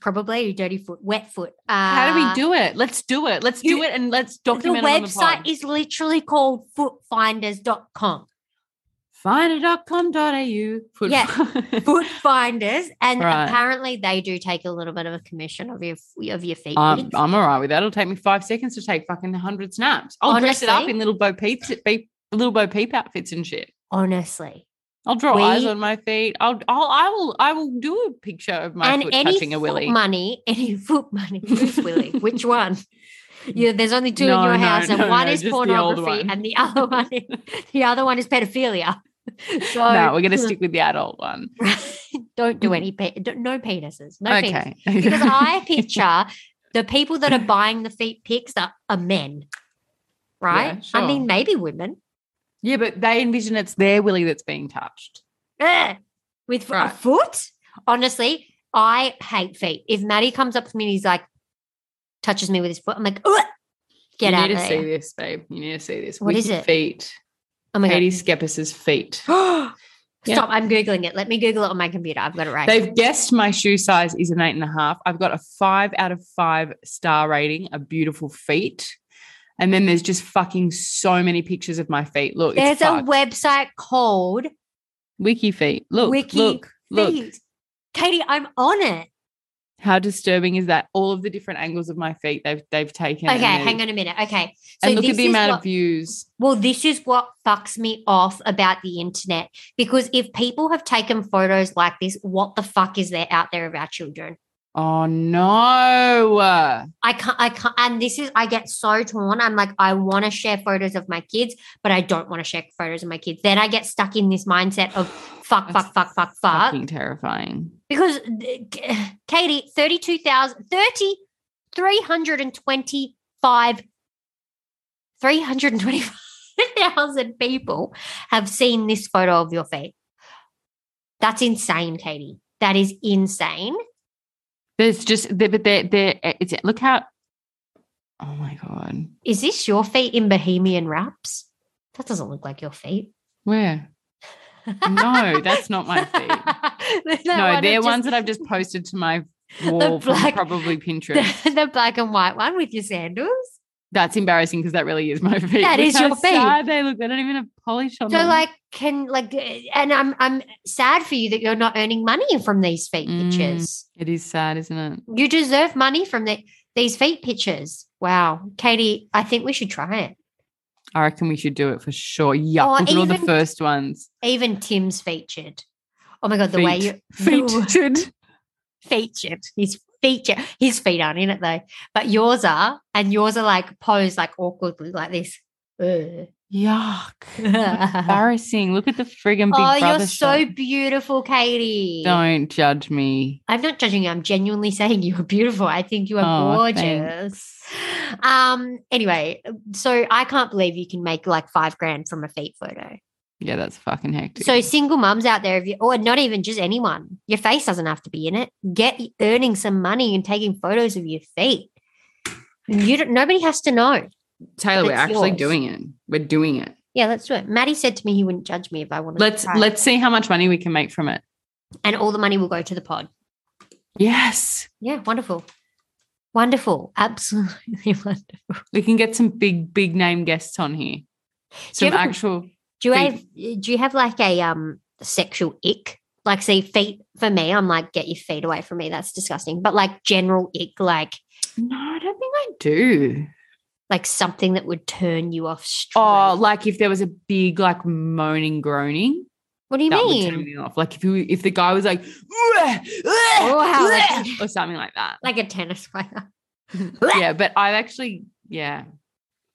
probably dirty foot, wet foot. Uh,
How do we do it? Let's do it. Let's do
you-
it and let's
The
document it.
website is literally called footfinders.com.
finder.com.au. Foot
Yeah. Foot finders, and
Right.
apparently they do take a little bit of a commission of your of your feet.
Um, I'm all right with that. It'll take me five seconds to take fucking 100 snaps. I'll dress it up
Honestly?
in little Bo Peep, Peep- little Bo Peep outfits and shit.
Honestly,
I'll draw eyes
We-
on my feet. I'll, I'll, I will, I will do a picture of my
and
foot
any
touching a
foot
willy.
money, any foot money, who's willy? Which one? Yeah, there's only two
No,
in your
no,
house, and
no,
one
no,
is
just the old
pornography,
one.
and the other one, is, the other one is pedophilia. So
no, we're gonna stick with the adult one.
don't do any pe- don't- no penises, no penises.
okay.
because I picture the people that are buying the feet pics are, are men, right? I
sure.
mean, maybe women
yeah, but they envision it's their willy that's being touched.
Ugh. with
Right.
a foot. Honestly, I hate feet. If Maddie comes up to me and he's like touches me with his foot, I'm like, Ugh! get
you
out
need
of
to
there.
see this, babe. You need to see this.
What
Wicked
is it?
Feet.
Oh my god.
Katie Skeppis's feet.
Stop,
Yeah.
I'm Googling it. Let me Google it on my computer. I've got it right.
They've guessed my shoe size is an eight and a half. I've got a five out of five star rating, a beautiful feet. And then there's just fucking so many pictures of my feet. Look,
There's
it's
a
fucked.
website called
Wiki feet. Look,
Wiki
look, look.
Feet. Katie, I'm on it.
How disturbing is that? All of the different angles of my feet they've they've taken.
okay, hang on a minute. Okay. So
and look at
this
the
is
amount
what,
of views.
Well, this is what fucks me off about the internet because if people have taken photos like this, what the fuck is there out there of our children?
Oh no.
I can't, I can't, and this is, I get so torn. I'm like, I want to share photos of my kids, but I don't want to share photos of my kids. Then I get stuck in this mindset of Oh, fuck,
That's
fuck, fuck, fuck, fuck.
Fucking terrifying.
Because uh, Katie, 32,000, 30, 325, 325,000 people have seen this photo of your feet. That's insane, Katie. That is insane.
There's just there, but there, there. It's look how. Oh my god,
Is this your feet in bohemian wraps? That doesn't look like your feet.
where? No, that's not my feet. No, they're ones that I've just posted to my wall from
black-
probably Pinterest.
the, the black and white one with your sandals.
That's embarrassing because that really is my feet.
That
Look
is
how
your feet.
sad They look. They don't even have polish on
So
them.
like can like uh, and I'm I'm sad for you that you're not earning money from these feet
Mm.
pictures.
it is sad, isn't it?
You deserve money from the, these feet pictures. Wow. Katie, I think we should try it.
I reckon we should do it for sure. Yeah,
Or
look at all the
even-
first ones.
Even Tim's featured. Oh my god, the way you
feet,
the-
featured.
featured. His feature his feet aren't in it though. But yours are and yours are like posed like awkwardly like this. Ugh.
Yuck. Embarrassing. Look at the friggin' big
oh,
brother.
you're so
shot.
beautiful, Katie.
Don't judge me.
I'm not judging you. I'm genuinely saying you are beautiful. I think you are
Oh,
gorgeous. Um. Anyway, so I can't believe you can make like five grand from a feet photo.
Yeah, that's fucking hectic.
So single mums out there, if you or not even just anyone, your face doesn't have to be in it. Get earning some money and taking photos of your feet. You don't, nobody has to know.
Taylor,
but
we're
it's
actually
yours.
doing it. We're doing it.
Yeah, let's do it. Maddie said to me he wouldn't judge me if I wanted. to
Let's
try.
let's see how much money we can make from it.
and all the money will go to the pod.
Yes.
Yeah, wonderful, wonderful, absolutely wonderful.
We can get some big, big name guests on here. Some
ever-
actual
Do you have
Feet.
do you have like a um sexual ick? Like say feet for me, I'm like, get your feet away from me. That's disgusting. But like general ick, like
No, I don't think I do.
like something that would turn you off straight.
Oh, like if there was a big like moaning, groaning.
what do you
that would turn
mean?
me off. Like if you if the guy was like
wow.
or something like that.
Like a tennis player.
yeah, but I've actually yeah.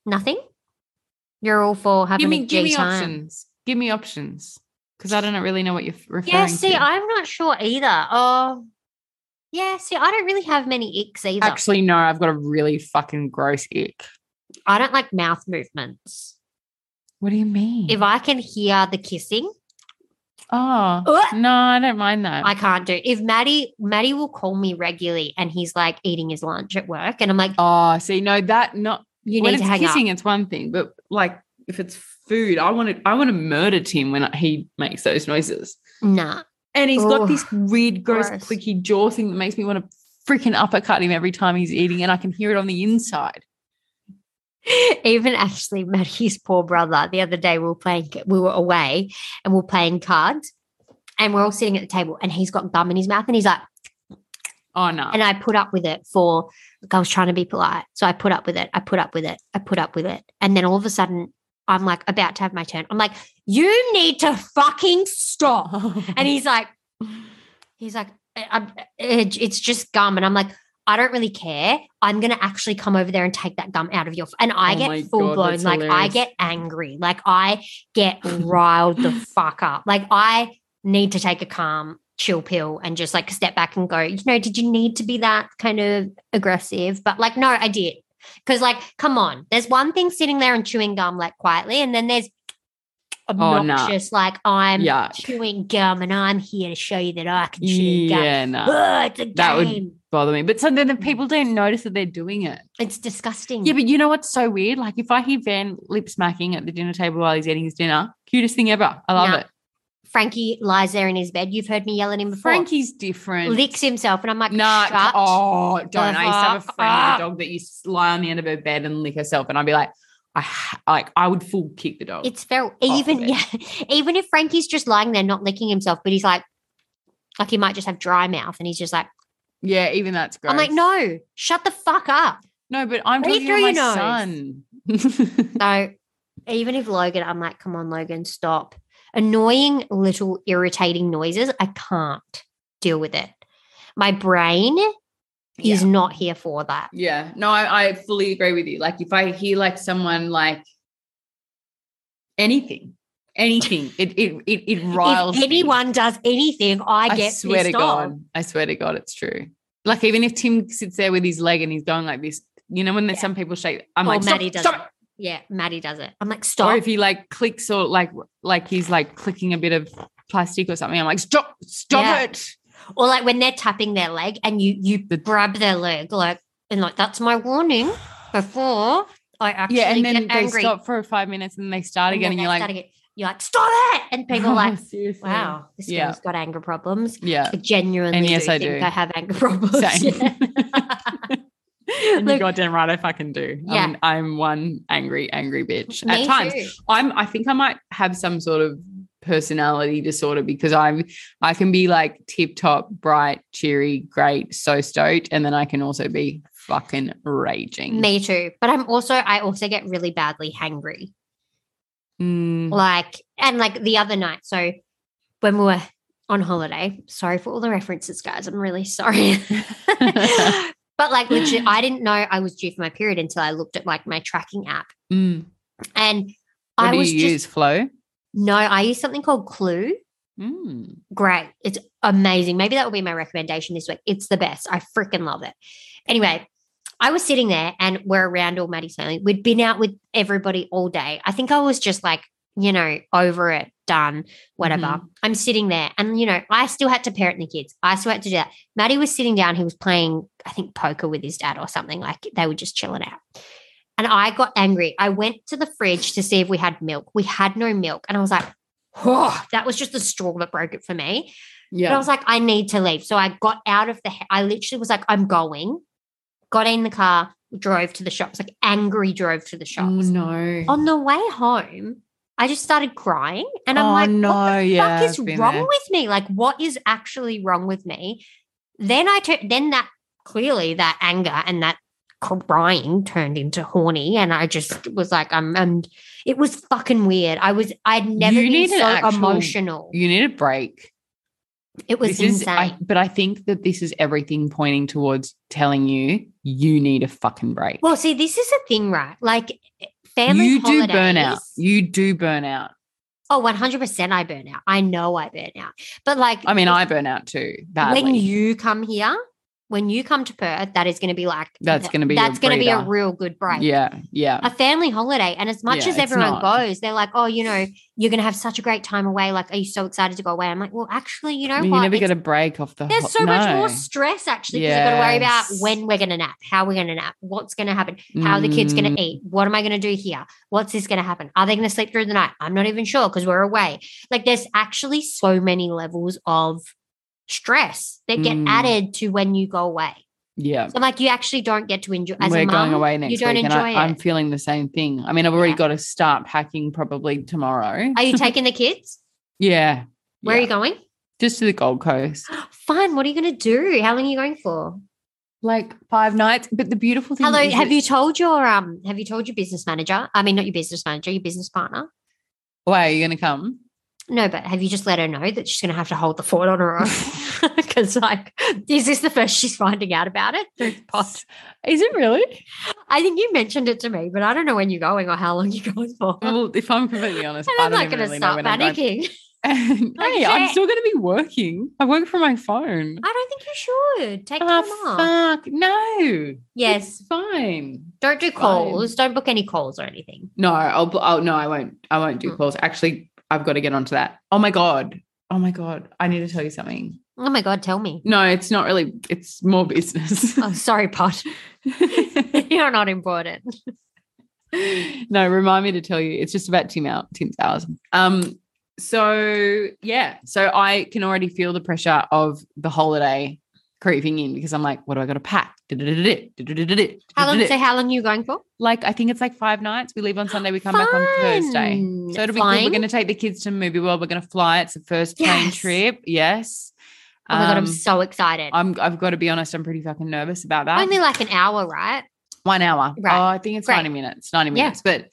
Nothing? You're all for having
Give
a
me give
G
me
time.
options. Give me options because I don't really know what you're referring
Yeah, see,
to.
I'm not sure either. Oh yeah, see, I don't really have many icks either.
actually no. I've got a really fucking gross ick.
I don't like mouth movements.
What do you mean?
If I can hear the kissing,
oh no, I don't mind that.
I can't do. If Maddie, Maddie will call me regularly, and he's like eating his lunch at work, and I'm like,
oh, see, no, that not
you
when
need to
it's
hang
kissing,
up.
it's one thing, but like if it's food, I want to I want to murder Tim when he makes those noises.
Nah,
And he's
Ooh,
got this weird, gross,
gross.
clicky jaw thing that makes me want to freaking uppercut him every time he's eating, and I can hear it on the inside.
even actually, Maddie's poor brother. The other day, we were playing, we were away, and we we're playing cards, and we're all sitting at the table, and he's got gum in his mouth, and he's like,
Oh no!
and I put up with it for. Like I was trying to be polite, so I put up with it. I put up with it. I put up with it, and then all of a sudden, I'm like about to have my turn. I'm like, you need to fucking stop. And he's like, he's like, "I- I'm- it- it's just gum. And I'm like, I don't really care. I'm going to actually come over there and take that gum out of your. F-. And I
Oh my
get full
God,
blown.
that's
Like, I
hilarious.
get angry. Like, I get riled the fuck up. Like, I need to take a calm, chill pill and just like step back and go, you know, did you need to be that kind of aggressive? But like, no, I did. Cause like, come on, there's one thing sitting there and chewing gum like quietly, and then there's
Oh, nah.
obnoxious, like I'm
Yuck.
chewing gum, and I'm here to show you that I can chew gum.
yeah, no,
Ugh, it's a game.
That would- bother me. But so then the people don't notice that they're doing it.
it's disgusting.
Yeah, but you know what's so weird? Like if I hear Van lip smacking at the dinner table while he's eating his dinner, cutest thing ever. I love
Nah.
it.
Frankie lies there in his bed. You've heard me yell at him before.
Frankie's different.
licks himself, and I'm like, Uh-huh.
Nah,
shut.
oh, don't. I used to have a
fuck
friend
up.
with a dog that used to lie on the end of her bed and lick herself, and I'd be like, I ha- like I would full kick the dog.
It's feral.
of
Even
it.
yeah, even if Frankie's just lying there, not licking himself, but he's like, like he might just have dry mouth, and he's just like,
yeah, even that's gross.
I'm like, no, shut the fuck up.
No, but I'm
Breathe
talking about my son.
So even if Logan, I'm like, come on, Logan, stop. Annoying little irritating noises. I can't deal with it. My brain is
yeah.
not here for that.
yeah. No, I, I fully agree with you. Like if I hear like someone like anything, anything, it it it, it riles
if
me.
anyone does anything, I,
I
get
swear to
pissed off.
God. I swear to God, it's true. Like even if Tim sits there with his leg and he's going like this, you know, when there's
Yeah.
some people shake, I'm
Or
like, stop,
Maddie does
stop
it.
it."
Yeah, Maddie does it. I'm like,
Or
stop.
if he like clicks or like like he's like clicking a bit of plastic or something, I'm like, stop, stop
Yeah.
it.
Or like when they're tapping their leg and you you
The-
grab their leg, like and like that's my warning before I actually
Yeah, and then
get
they
angry.
stop for five minutes and they start
And
again, and
then they
you're like,
start again. you're like, stop it. And people are like,
Seriously.
wow, this
Yeah.
girl's got anger problems.
Yeah.
I genuinely
And yes,
do
I
think
do.
I have anger problems.
Same.
Yeah.
And you're
Look,
goddamn right, I fucking do.
Yeah.
I'm, I'm one angry, angry bitch.
me
At times,
too.
I'm. I think I might have some sort of personality disorder because I'm. I can be like tip top, bright, cheery, great, so stoked, and then I can also be fucking raging.
Me too. But I'm also I also get really badly hangry.
Mm,
Like and like the other night. So when we were on holiday, sorry for all the references, guys. I'm really sorry. but like legit, I didn't know I was due for my period until I looked at like my tracking app.
mm.
And
What
I
do
was
you
just
use? Flow?
no, I use something called Clue.
Mm.
Great. It's amazing. Maybe that will be my recommendation this week. It's the best. I freaking love it. Anyway, I was sitting there and we're around all Maddie's family. We'd been out with everybody all day. I think I was just like, you know, over it, done, whatever.
Mhm.
I'm sitting there and, you know, I still had to parent the kids. I still had to do that. Maddie was sitting down. He was playing, I think, poker with his dad or something. Like they were just chilling out. And I got angry. I went to the fridge to see if we had milk. We had no milk. And I was like, oh, that was just the straw that broke it for me. But I
Yeah.
was like, I need to leave. So I got out of the, I literally was like, I'm going, got in the car, drove to the shops, like angry drove to the
Oh,
shops.
no.
On the way home, I just started crying and I'm
oh,
like,
no.
what the
yeah.
fuck is
I've been
wrong
there.
with me? Like, what is actually wrong with me? Then I tur- then that clearly that anger and that crying turned into horny and I just was like, I'm, and it was fucking weird. I was, I'd never
You
been
need an
so
actual-
emotional.
You need a break.
It was
This is-
insane.
I- but I think that this is everything pointing towards telling you you need a fucking break.
Well, see, this is a thing, right? Like family
you do burn out.
holidays-
You do burn out.
Oh, 100% I burn out. I know I burn out. But like
I mean, I burn out too badly.
when you come here, when you come to Perth, that is going to be like
That's gonna be your
That's going to be a
breather.
real good break.
Yeah, yeah.
A family holiday. And as much
Yeah,
as
it's
everyone
not.
goes, they're like, oh, you know, you're going to have such a great time away. Like, are you so excited to go away? I'm like, well, actually, you know
You
what?
never
It's-
get a break off the.
there's
hot-
so much
no.
more stress actually because I've got to worry about
Yes.
when we're going to nap, how we're going to nap, what's going to happen, how are the kids going
Mm,
to eat, what am I going to do here, what's this going to happen, are they going to sleep through the night? I'm not even sure because we're away. Like there's actually so many levels of stress that get
Mm.
added to when you go away.
Yeah,
So like you actually don't get to enjoy. As
we're
a
going
mum,
away next
You don't
week,
enjoy
and I, I'm
it.
feeling the same thing. I mean, I've already
Yeah.
got to start packing probably tomorrow.
Are you taking the kids?
yeah,
Where
yeah.
are you going?
Just to the Gold Coast,
Fun. What are you going to do? How long are you going for?
like five nights. But the beautiful thing.
Hello.
Hmm, is
Have
that-
you told your um? Have you told your business manager? I mean, not your business manager, your business partner.
Why are you going to come?
No, but have you just let her know that she's going to have to hold the fort on her own? Because, like, is this the first she's finding out about it? through the pod?
Is it really?
I think you mentioned it to me, but I don't know when you're going or how long you're going for. And
Well, if I'm completely honest, I
I'm
don't
not
even
going to
really know
start
when I'm going.
panicking.
And,
Like,
hey, I'm
shit.
still going to be working. I work from my phone.
I don't think you should. Take time
Oh,
off.
fuck. No.
Yes.
It's fine.
Don't do
fine.
calls. Don't book any calls or anything.
No, I'll, I'll no, I won't. I won't do
Mm.
calls. Actually, I've got to get onto that. Oh my god. Oh my god. I need to tell you something.
Oh my God, tell me.
No, it's not really. It's more business.
Oh, sorry, Pot. you're not important.
no, remind me to tell you. It's just about Tim out Tim's hours. Um. So yeah. So I can already feel the pressure of the holiday creeping in because I'm like, what do I got to pack?
How
How
long? So, how long are you going for?
like I think it's like five nights. We leave on Sunday. We come back on Thursday.
Fun.
So it'll be
Flying?
cool. We're going to take the kids to Movie World. We're going to fly. It's the first plane
Yes.
trip. Yes.
Oh my God, I'm
Um,
so excited.
I'm. I've got to be honest. I'm pretty fucking nervous about that.
Only like an hour, right?
One hour.
Right.
Oh, I think it's
Great.
ninety minutes. Ninety
Yeah.
minutes. But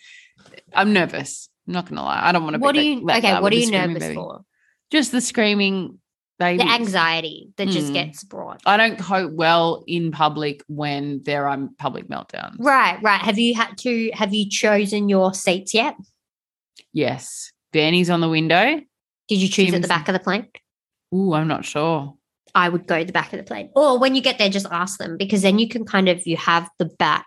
I'm nervous. I'm not going to lie. I don't want to.
What
be
are
the-
you
let
okay?
down with
What are
the
you
screaming
nervous
baby.
for?
Just the screaming baby.
The anxiety that just
Mm.
gets brought.
I don't cope well in public when there are public meltdowns.
Right, right. Have you had to? Have you chosen your seats yet?
Yes. Danny's on the window.
Did you choose at the
Tim's-
back of the plane?
Ooh, I'm not sure.
I would go to the back of the plane, or when you get there, just ask them because then you can kind of you have the back.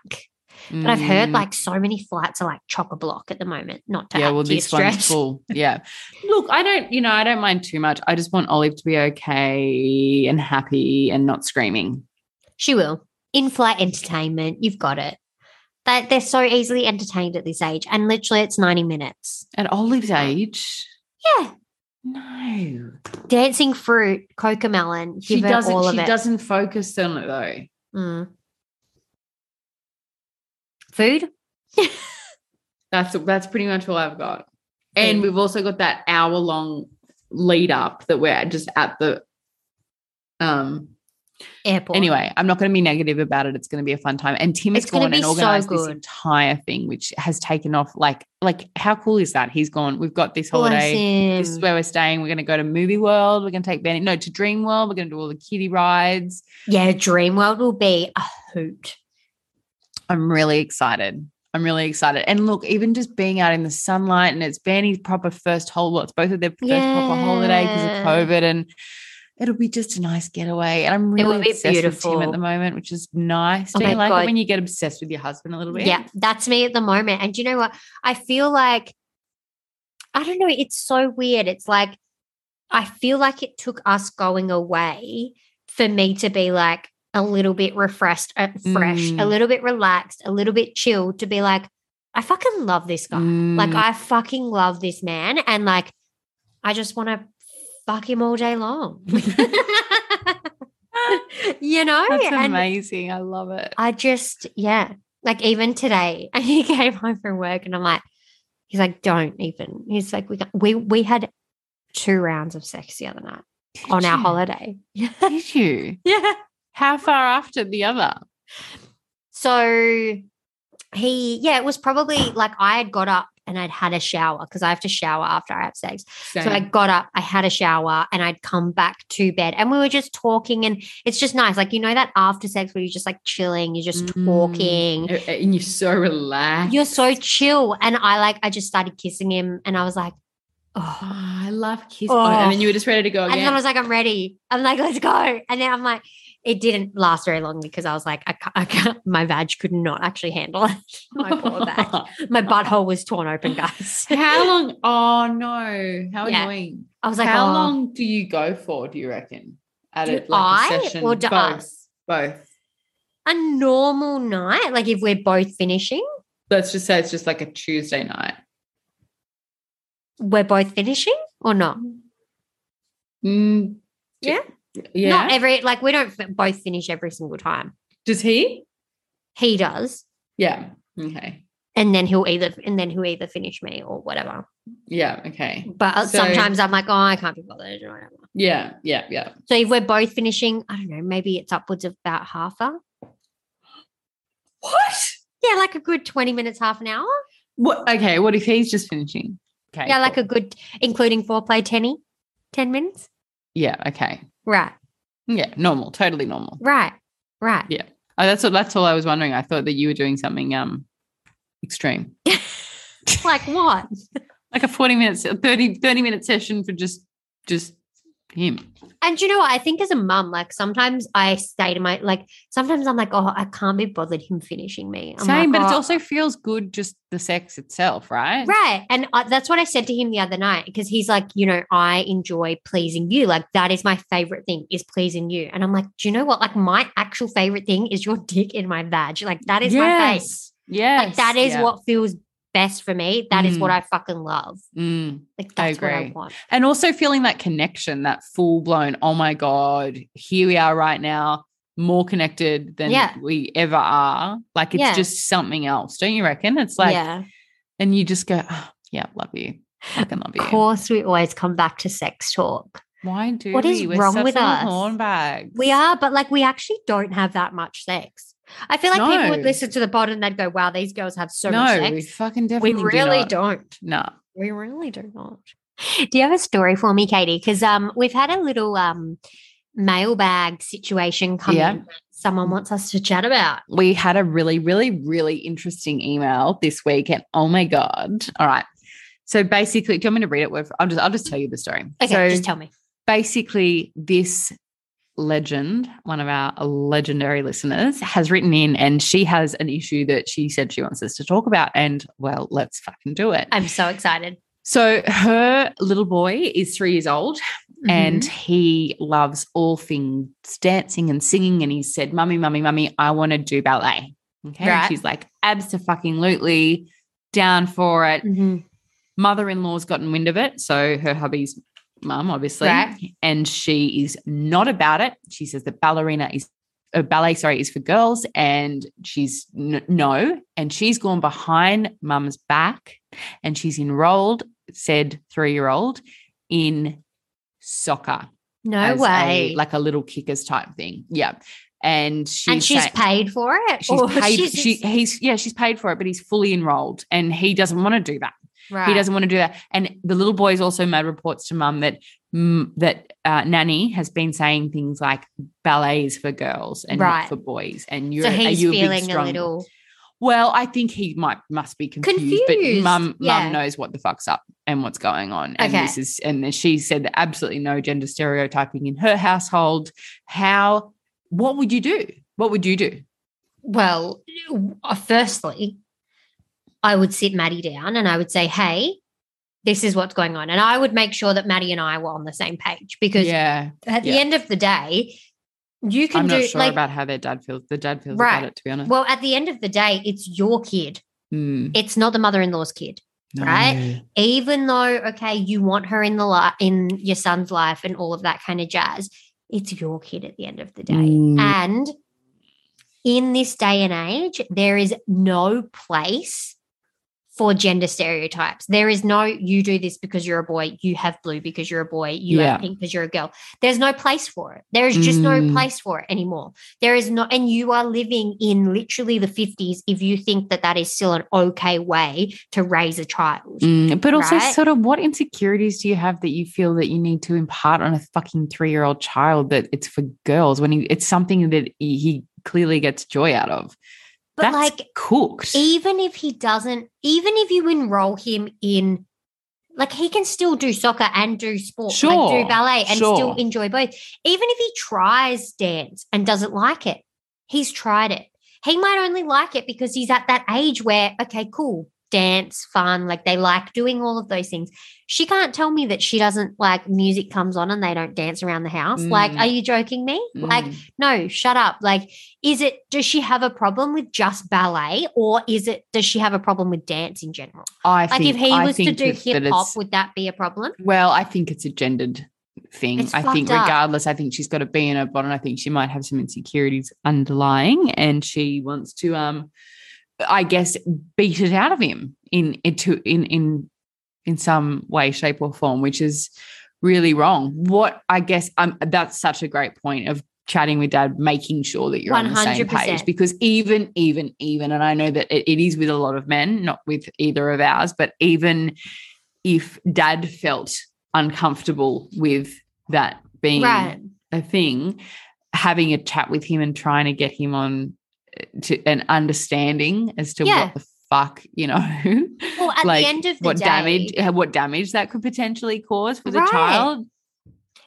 But I've heard
Mm.
like so many flights are like chock a block at the moment. Not to
yeah,
add
well,
to your
this one's
stress.
full. Yeah. Look, I don't, you know, I don't mind too much. I just want Olive to be okay and happy and not screaming.
She will. In flight entertainment, you've got it. They- they're so easily entertained at this age, and literally it's ninety minutes.
At Olive's age,
Yeah,
no,
dancing fruit, coca melon. Give
she
her all
doesn't.
of
She
it.
doesn't focus on it though.
Mm. Food?
That's that's pretty much all I've got. And
Mm.
we've also got that hour long lead up that we're just at the. Um.
Airport.
Anyway, I'm not going to be negative about it. It's going to be a fun time. And Tim
It's
has
gonna
gone
be
and
so
organized this
good.
entire thing, which has taken off. Like, like how cool is that? He's gone. We've got this
Bless
holiday.
him.
this is where we're staying. We're going to go to Movie World. We're going to take Benny, no, to Dream World. We're going to do all the kiddie rides.
yeah, Dreamworld will be a hoot.
I'm really excited. I'm really excited. And look, even just being out in the sunlight and it's Benny's proper first whole lot. It's both of their first proper holiday because of
Yeah.
COVID. And it'll be just a nice getaway. And I'm
It will
really
be
obsessed with him at
beautiful.
the moment, which is nice.
Oh
Do you
my
like it
God.
when you get obsessed with your husband a little bit?
Yeah, that's me at the moment. And do you know what? I feel like, I don't know, it's so weird. It's like, I feel like it took us going away for me to be like a little bit refreshed, uh, fresh, a
Mm.
little bit relaxed, a little bit chilled to be like, I fucking love this guy. Like,
Mm.
I fucking love this man. And like, I just want to fuck him all day long. you know?
That's
And-
amazing. I love it.
I just, yeah. Like even today, he came home from work and I'm like, he's like, don't even. He's like, we got, we we had two rounds of sex the other night on our holiday. Yeah.
Did you?
yeah.
How far after the other?
So he, yeah, it was probably like I had got up and I'd had a shower because I have to shower after I have sex. So I got up, I had a shower, and I'd come back to bed. And we were just talking, and it's just nice. Like, you know, that after sex where you're just like chilling, you're just
Mm.
talking.
and you're so relaxed.
you're so chill. And I like, I just started kissing him and I was like, oh.
I love kissing.
Oh, and then
you were just ready to go
And then I was like, I'm ready. I'm like, let's go. And then I'm like, it didn't last very long because I was like, I can't, I can't, my vag could not actually handle it. "Oh my poor vag. My butthole was torn open, guys.
How long? Oh no! How
Yeah.
annoying!
I was like,
How
"Oh."
long do you go for? Do you reckon? At
Do
a, like
I
a session,
or do
both,
us?
both.
A normal night, like if we're both finishing,
Let's just say it's just like a Tuesday night.
we're both finishing or not?
Mm,
Yeah?
yeah.
Not e- every, like we don't f- both finish every single time.
Does he?
He does.
Yeah. Okay.
And then he'll either, and then he'll either finish me or whatever.
Yeah. Okay.
But uh
So-
sometimes I'm like, oh, I can't be bothered. or whatever.
Yeah. Yeah. Yeah.
So if we're both finishing, I don't know, maybe it's upwards of about half hour.
What?
Yeah, like a good 20 minutes, half an hour.
What? Okay. What if he's just finishing? Okay.
yeah, like
cool.
a good, including foreplay, 10, 10 minutes.
yeah. Okay.
Right,
Yeah. Normal. Totally normal.
right, right.
Yeah. Oh, that's what. That's all I was wondering. I thought that you were doing something um extreme,
Like what?
like a forty minutes, 30, 30 minute session for just just him.
And you know what? I think as a mum, like sometimes I stay to my, like sometimes I'm like, oh, I can't be bothered him finishing me. I'm
Same,
like,
but it
"Oh."
also feels good just the sex itself, right?
Right. And uh, that's what I said to him the other night because he's like, you know, I enjoy pleasing you. Like, that is my favorite thing is pleasing you. And I'm like, do you know what? Like, my actual favorite thing is your dick in my badge. Like, that is my face.
Yes.
Like, that is
Yeah.
what feels best for me. That is what I fucking love.
Mm.
Like,
I
that's what I
agree.
want.
And also feeling that connection, that full blown, oh my God, here we are right now, more connected than
Yeah.
we ever are. Like it's
Yeah.
just something else, don't you reckon? It's like,
yeah.
and you just go, oh, yeah, love you. I can love you.
Of course, we always come back to sex talk.
Why do
What is
we? We're
wrong
such
with
little
us?
Hornbags.
We are, but like, we actually don't have that much sex. I feel like people would
No.
listen to the pod and they'd go, wow, these girls have so much
no, we
sex.
fucking
We
definitely
really
do not.
don't.
No.
We really do not. Do you have a story for me, Katie? Because um, we've had a little um mailbag situation come
Yeah.
in that someone wants us to chat about.
we had a really, really, really interesting email this week, and oh my god! All right, so basically, do you want me to read it? With I'll just I'll just tell you the story.
Okay,
so
just tell me.
basically, this legend, one of our legendary listeners, has written in, and she has an issue that she said she wants us to talk about, and well, let's fucking do it.
I'm so excited.
So her little boy is three years old
Mm-hmm.
and he loves all things dancing and singing. And he said, Mummy, Mummy, Mummy, I want to do ballet. Okay. And
Right.
She's like, absolutely down for it.
Mhm.
Mother in law's gotten wind of it. So her hubby's mum, obviously.
Right.
And she is not about it. She says that ballerina is. Uh, ballet, sorry, is for girls, and she's n- no, and she's gone behind mum's back, and she's enrolled, said three year old, in soccer
no
as a-
way.
like a little kickers type thing. Yeah. And she's,
and she's
saying-
paid for it.
She's
Or
paid.
she's
she,
just-
he's yeah. She's paid for it, but he's fully enrolled, and he doesn't want to do that. He
Right.
doesn't want to do that. And the little boy's also made reports to mum that mm, that uh, nanny has been saying things like ballet is for girls and
Right.
not for boys, and you're
So
are
he's
you a big
feeling a
strong
little.
Well, I think he might must be confused, but
Confused,
mum
yeah.
mum knows what the fuck's up and what's going on. And
Okay.
this is and then she said that absolutely no gender stereotyping in her household. How what would you do? What would you do?
Well, uh, firstly, I would sit Maddie down and I would say, hey, this is what's going on. And I would make sure that Maddie and I were on the same page because
Yeah.
at the
yeah.
end of the day, you can
I'm
do
not sure
like,
about how their dad feels. The dad feels
Right.
about it, to be honest.
well, at the end of the day, it's your kid.
Mm,
It's not the mother in law's kid.
no.
right? Even though, okay, you want her in the li- in your son's life and all of that kind of jazz, it's your kid at the end of the day.
Mm.
And in this day and age, there is no place for gender stereotypes. There is no you do this because you're a boy, you have blue because you're a boy, you
Yeah.
have pink because you're a girl. There's no place for it. There is just no
Mm.
place for it anymore. There is not, and you are living in literally the 50s if you think that that is still an okay way to raise a child.
Mm, but also,
Right?
sort of, what insecurities do you have that you feel that you need to impart on a fucking three-year-old child that it's for girls when he, it's something that he, he clearly gets joy out of?
But
That's
like,
cooked.
even if he doesn't, even if you enroll him in, like, he can still do soccer and do sport, like
Sure,
do ballet and still
sure.
enjoy both. Even if he tries dance and doesn't like it, he's tried it. He might only like it because he's at that age where, okay, cool, dance, fun, like they like doing all of those things. She can't tell me that she doesn't like music comes on and they don't dance around the house. Like,
Mm.
are you joking me? Like,
Mm.
no, shut up. Like, is it, does she have a problem with just ballet or is it, does she have a problem with dance in general?
I
Like,
think,
if he
I
was to
think
do
that- that
hip hop,
it's-
would that be a problem?
well, I think it's a gendered thing.
It's
I think,
fucked up.
regardless, I think she's got a bee in her bonnet. I think she might have some insecurities underlying, and she wants to, um, I guess, beat it out of him in into in in in some way, shape, or form, which is really wrong. What I guess um, that's such a great point of chatting with dad, making sure that you're on the same
100%.
page. Because even, even, even, and I know that it, it is with a lot of men, not with either of ours, but even if dad felt uncomfortable with that being
Right.
a thing, having a chat with him and trying to get him on uh, to an understanding as to
Yeah.
what the fuck, you know,
Well, at
like,
the end of the
what
day,
damage uh, what damage that could potentially cause for the
Right.
child.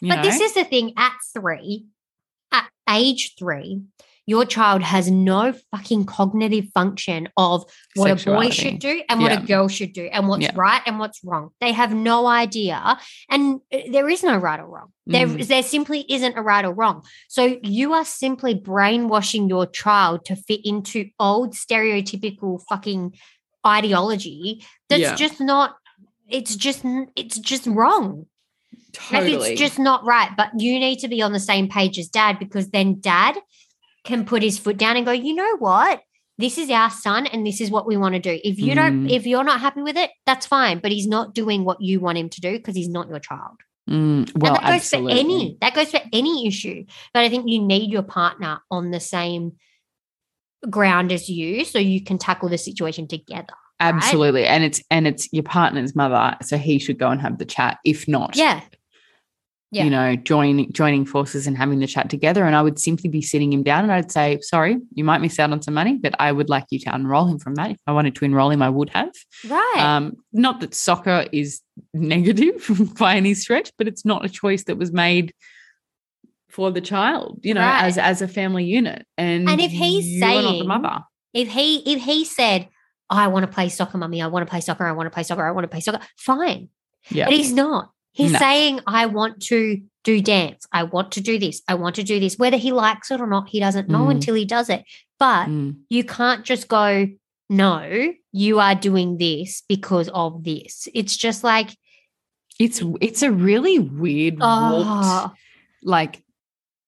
you
but this
know?
is the thing at three, at age three, your child has no fucking cognitive function of what a boy should
Sexuality.
do and what
Yeah.
a girl should do and what's
Yeah.
right and what's wrong. They have no idea. And uh, there is no right or wrong. There,
Mm.
there simply isn't a right or wrong. So you are simply brainwashing your child to fit into old stereotypical fucking ideology that's
Yeah.
just not, it's just, n- it's just wrong. Like,
totally.
it's just not right. But you need to be on the same page as dad because then dad can put his foot down and go, you know what? This is our son and this is what we want to do. If you don't,
Mm.
if you're not happy with it, that's fine. But he's not doing what you want him to do because he's not your child.
Mm, well,
and that goes
absolutely.
for any, that goes for any issue. But I think you need your partner on the same ground as you so you can tackle the situation together.
absolutely, and it's and it's your partner's mother, so he should go and have the chat. If not,
Yeah. yeah.
you know, joining joining forces and having the chat together. And I would simply be sitting him down, and I'd say, "Sorry, you might miss out on some money, but I would like you to unroll him from that. If I wanted to enroll him, I would have."
Right.
Um, not that soccer is negative by any stretch, but it's not a choice that was made for the child, you know,
Right.
as as a family unit. And
And if he's
you are not the
saying-
mother,
If he if he said, I want to play soccer, mummy, I want to play soccer, I want to play soccer, I want to play soccer, fine.
yeah,
But he's not. He's
No.
saying, I want to do dance. I want to do this. I want to do this. Whether he likes it or not, he doesn't know
Mm.
until he does it. But
Mm.
you can't just go, no, you are doing this because of this. It's just like,
it's it's a really weird, warped,
oh,
like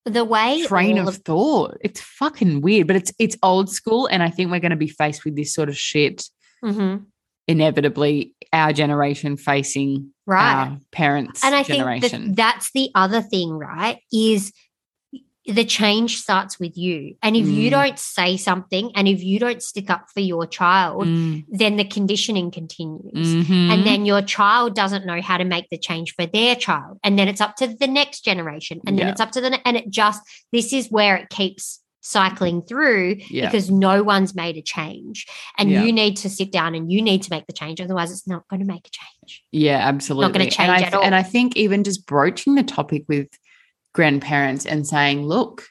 the way
train
all
of thought. It's fucking weird, but it's it's old school, and I think we're going to be faced with this sort of shit
Mhm.
inevitably. Our generation facing
right.
our parents'
and I
generation.
think that that's the other thing, right? Is the change starts with you. And if you
Mm.
don't say something and if you don't stick up for your child,
Mm.
then the conditioning continues.
Mhm.
And then your child doesn't know how to make the change for their child. And then it's up to the next generation. And then
Yeah.
it's up to the, ne- and it just, this is where it keeps cycling through
Yeah.
because no one's made a change. And
Yeah.
you need to sit down and you need to make the change. Otherwise, it's not going to make a change.
Yeah, absolutely.
change
and I,
at all.
And I think even just broaching the topic with grandparents and saying, look,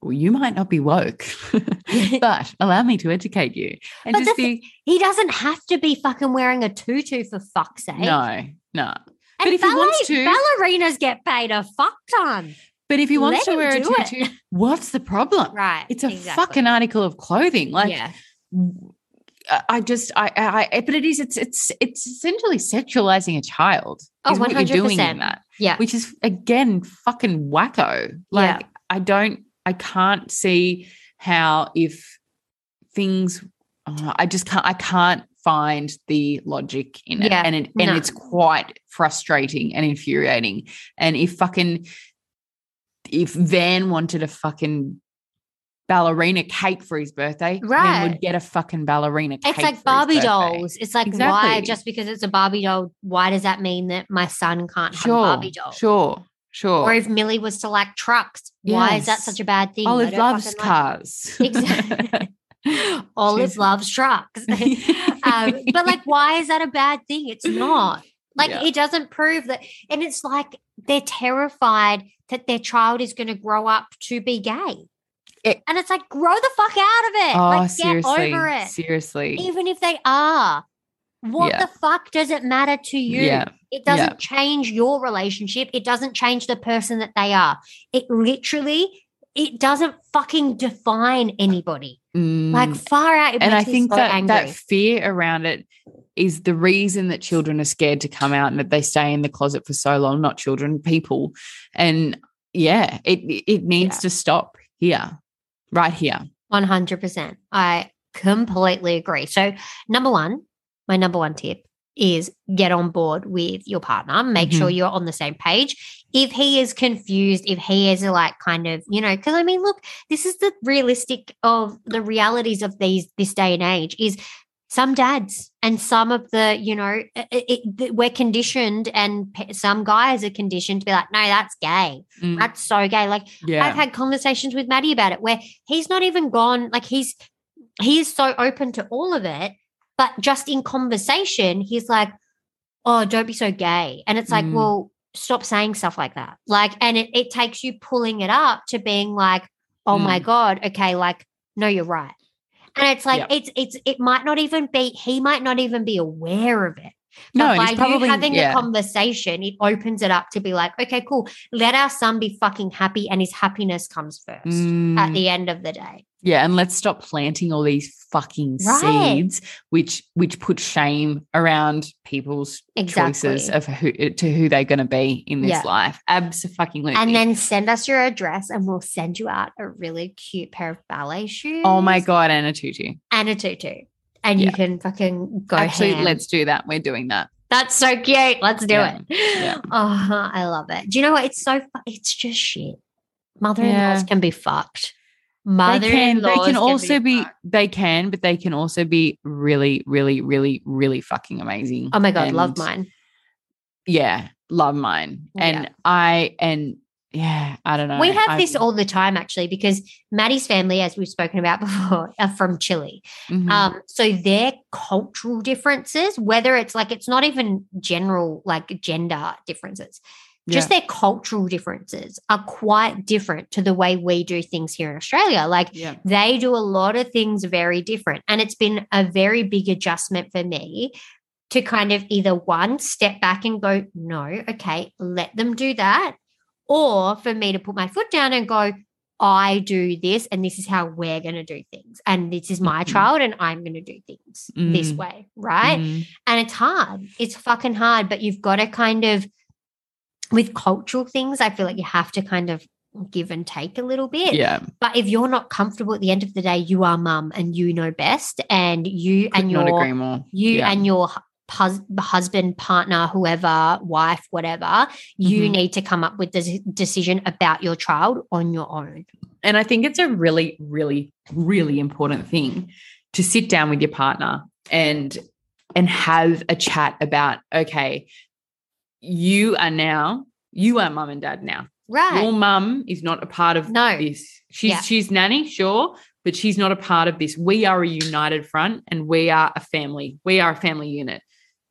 well, you might not be woke, but allow me to educate you. And
But
just
that's-
be,
he doesn't have to be fucking wearing a tutu for fuck's sake.
no, no.
And
But if he wants to-
ballerinas get paid a fuck ton.
But if he wants
Let
to
him
wear a
do it.
tutu, what's the problem?
Right.
It's a fucking article of clothing. Like,
yeah.
I- I just, I, I, I, but it is, it's, it's, it's essentially sexualizing a child.
Oh,
is what you're doing
100%.
in that.
Yeah.
which is again fucking wacko. Like I don't, I can't see how if things, uh, I just can't, I can't find the logic in it,
Yeah,
and it, and
no.
it's quite frustrating and infuriating. And if fucking, if Van wanted a fucking ballerina cake for his birthday, Van
Right.
would get a fucking ballerina. Cake
It's like
for his
Barbie
birthday.
dolls. It's like why
Exactly.
just because it's a Barbie doll, why does that mean that my son can't
Sure,
have a Barbie doll?
sure, sure.
Or if Millie was to like trucks, why is that
Yes.
such a bad thing? I
Olive
don't
loves
fucking like-
Oh, cars.
Exactly. Olive
She's-
loves trucks. um, but like, why is that a bad thing? It's not. Like,
Yeah.
it doesn't prove that. And it's like they're terrified that their child is going to grow up to be gay.
It-
and it's like, grow the fuck out of it.
oh,
like, get
seriously,
over it.
seriously.
Even if they are, what
Yeah.
the fuck does it matter to you?
Yeah,
It
yeah.
doesn't change your relationship. It doesn't change the person that they are. It literally, it doesn't fucking define anybody. Like
Mm.
far out. It
and I
makes me
think
so
that
angry.
that fear around it is the reason that children are scared to come out and that they stay in the closet for so long. Not children, people, and yeah, it it needs
Yeah.
to stop here, right here.
One hundred percent. I completely agree. So, number one, my number one tip is get on board with your partner. Make sure you're on the same page. If he is confused, if he is like kind of, you know, because I mean, look, this is the realistic of the realities of these this day and age is some dads and some of the, you know, it, it, it- we're conditioned and pe- some guys are conditioned to be like, no, that's gay.
Mm,
That's so gay. Like
yeah,
I've had conversations with Maddie about it where he's not even gone, like he's he is so open to all of it, but just in conversation, he's like, Oh, don't be so gay. And it's like,
Mm.
well, stop saying stuff like that. Like, and it, it takes you pulling it up to being like, Oh
Mm.
my God, okay, like, no, you're right. And it's like
Yep.
it's it's it might not even be he might not even be aware of it.
no,
But
and
by
it's probably
you having
yeah,
a conversation, it opens it up to be like, okay, cool. Let our son be fucking happy, and his happiness comes first
Mm.
at the end of the day.
Yeah, and let's stop planting all these fucking
Right.
seeds, which which put shame around people's
Exactly.
choices of who to who they're going to be in this
Yeah.
life. Absolutely.
And then send us your address, and we'll send you out a really cute pair of ballet shoes.
oh my god, Anna Tutu.
And a tutu, and you
Yeah.
can fucking go.
Actually,
ham.
let's do that. We're doing that.
That's so cute. Let's do
Yeah.
it.
Yeah.
Oh, I love it. Do you know what? It's so. Fu- it's just shit. Mother-in-laws
Yeah.
can be fucked.
They
Mother-in-laws
can. They can also be.
fucked.
They can, but they can also be really, really, really, really fucking amazing.
Oh my god, love
And-
mine.
Yeah, love mine. And
Yeah.
I and yeah, I don't know.
We have
I-
this all the time, actually, because Maddie's family, as we've spoken about before, are from Chile.
Mhm.
Um, so their cultural differences, whether it's like it's not even general like gender differences, just their cultural differences are quite different to the way we do things here in Australia. Like
yeah.
they do a lot of things very different. And it's been a very big adjustment for me to kind of either one step back and go, no, okay, let them do that. Or for me to put my foot down and go, I do this, and this is how we're going to do things. And this is my
Mhm.
child, and I'm going to do things this
Mm.
way. Right.
Mhm.
And it's hard. It's fucking hard, but you've got to kind of, with cultural things, I feel like you have to kind of give and take a little bit.
Yeah.
But if you're not comfortable at the end of the day, you are mum and you know best, and you
Could
and
not
your
agree more.
you
Yeah.
and your hu- hus- husband, partner, whoever, wife, whatever, you
Mhm.
need to come up with the decision about your child on your own.
And I think it's a really, really, really important thing to sit down with your partner and and have a chat about, okay, you are now, you are mum and dad now.
Right.
Your mum is not a part of
No.
this. She's
Yeah.
she's nanny, sure, but she's not a part of this. We are a united front and we are a family. We are a family unit.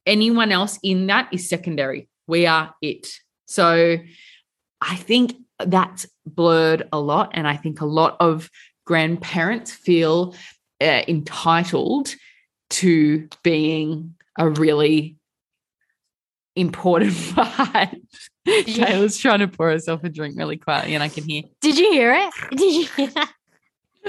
Anyone else in that is secondary. We are it. So I think that's blurred a lot. And I think a lot of grandparents feel uh, entitled to being a really important part. Taylor's trying to pour herself a drink really quietly, and I can hear.
Did you hear it? Did you hear that?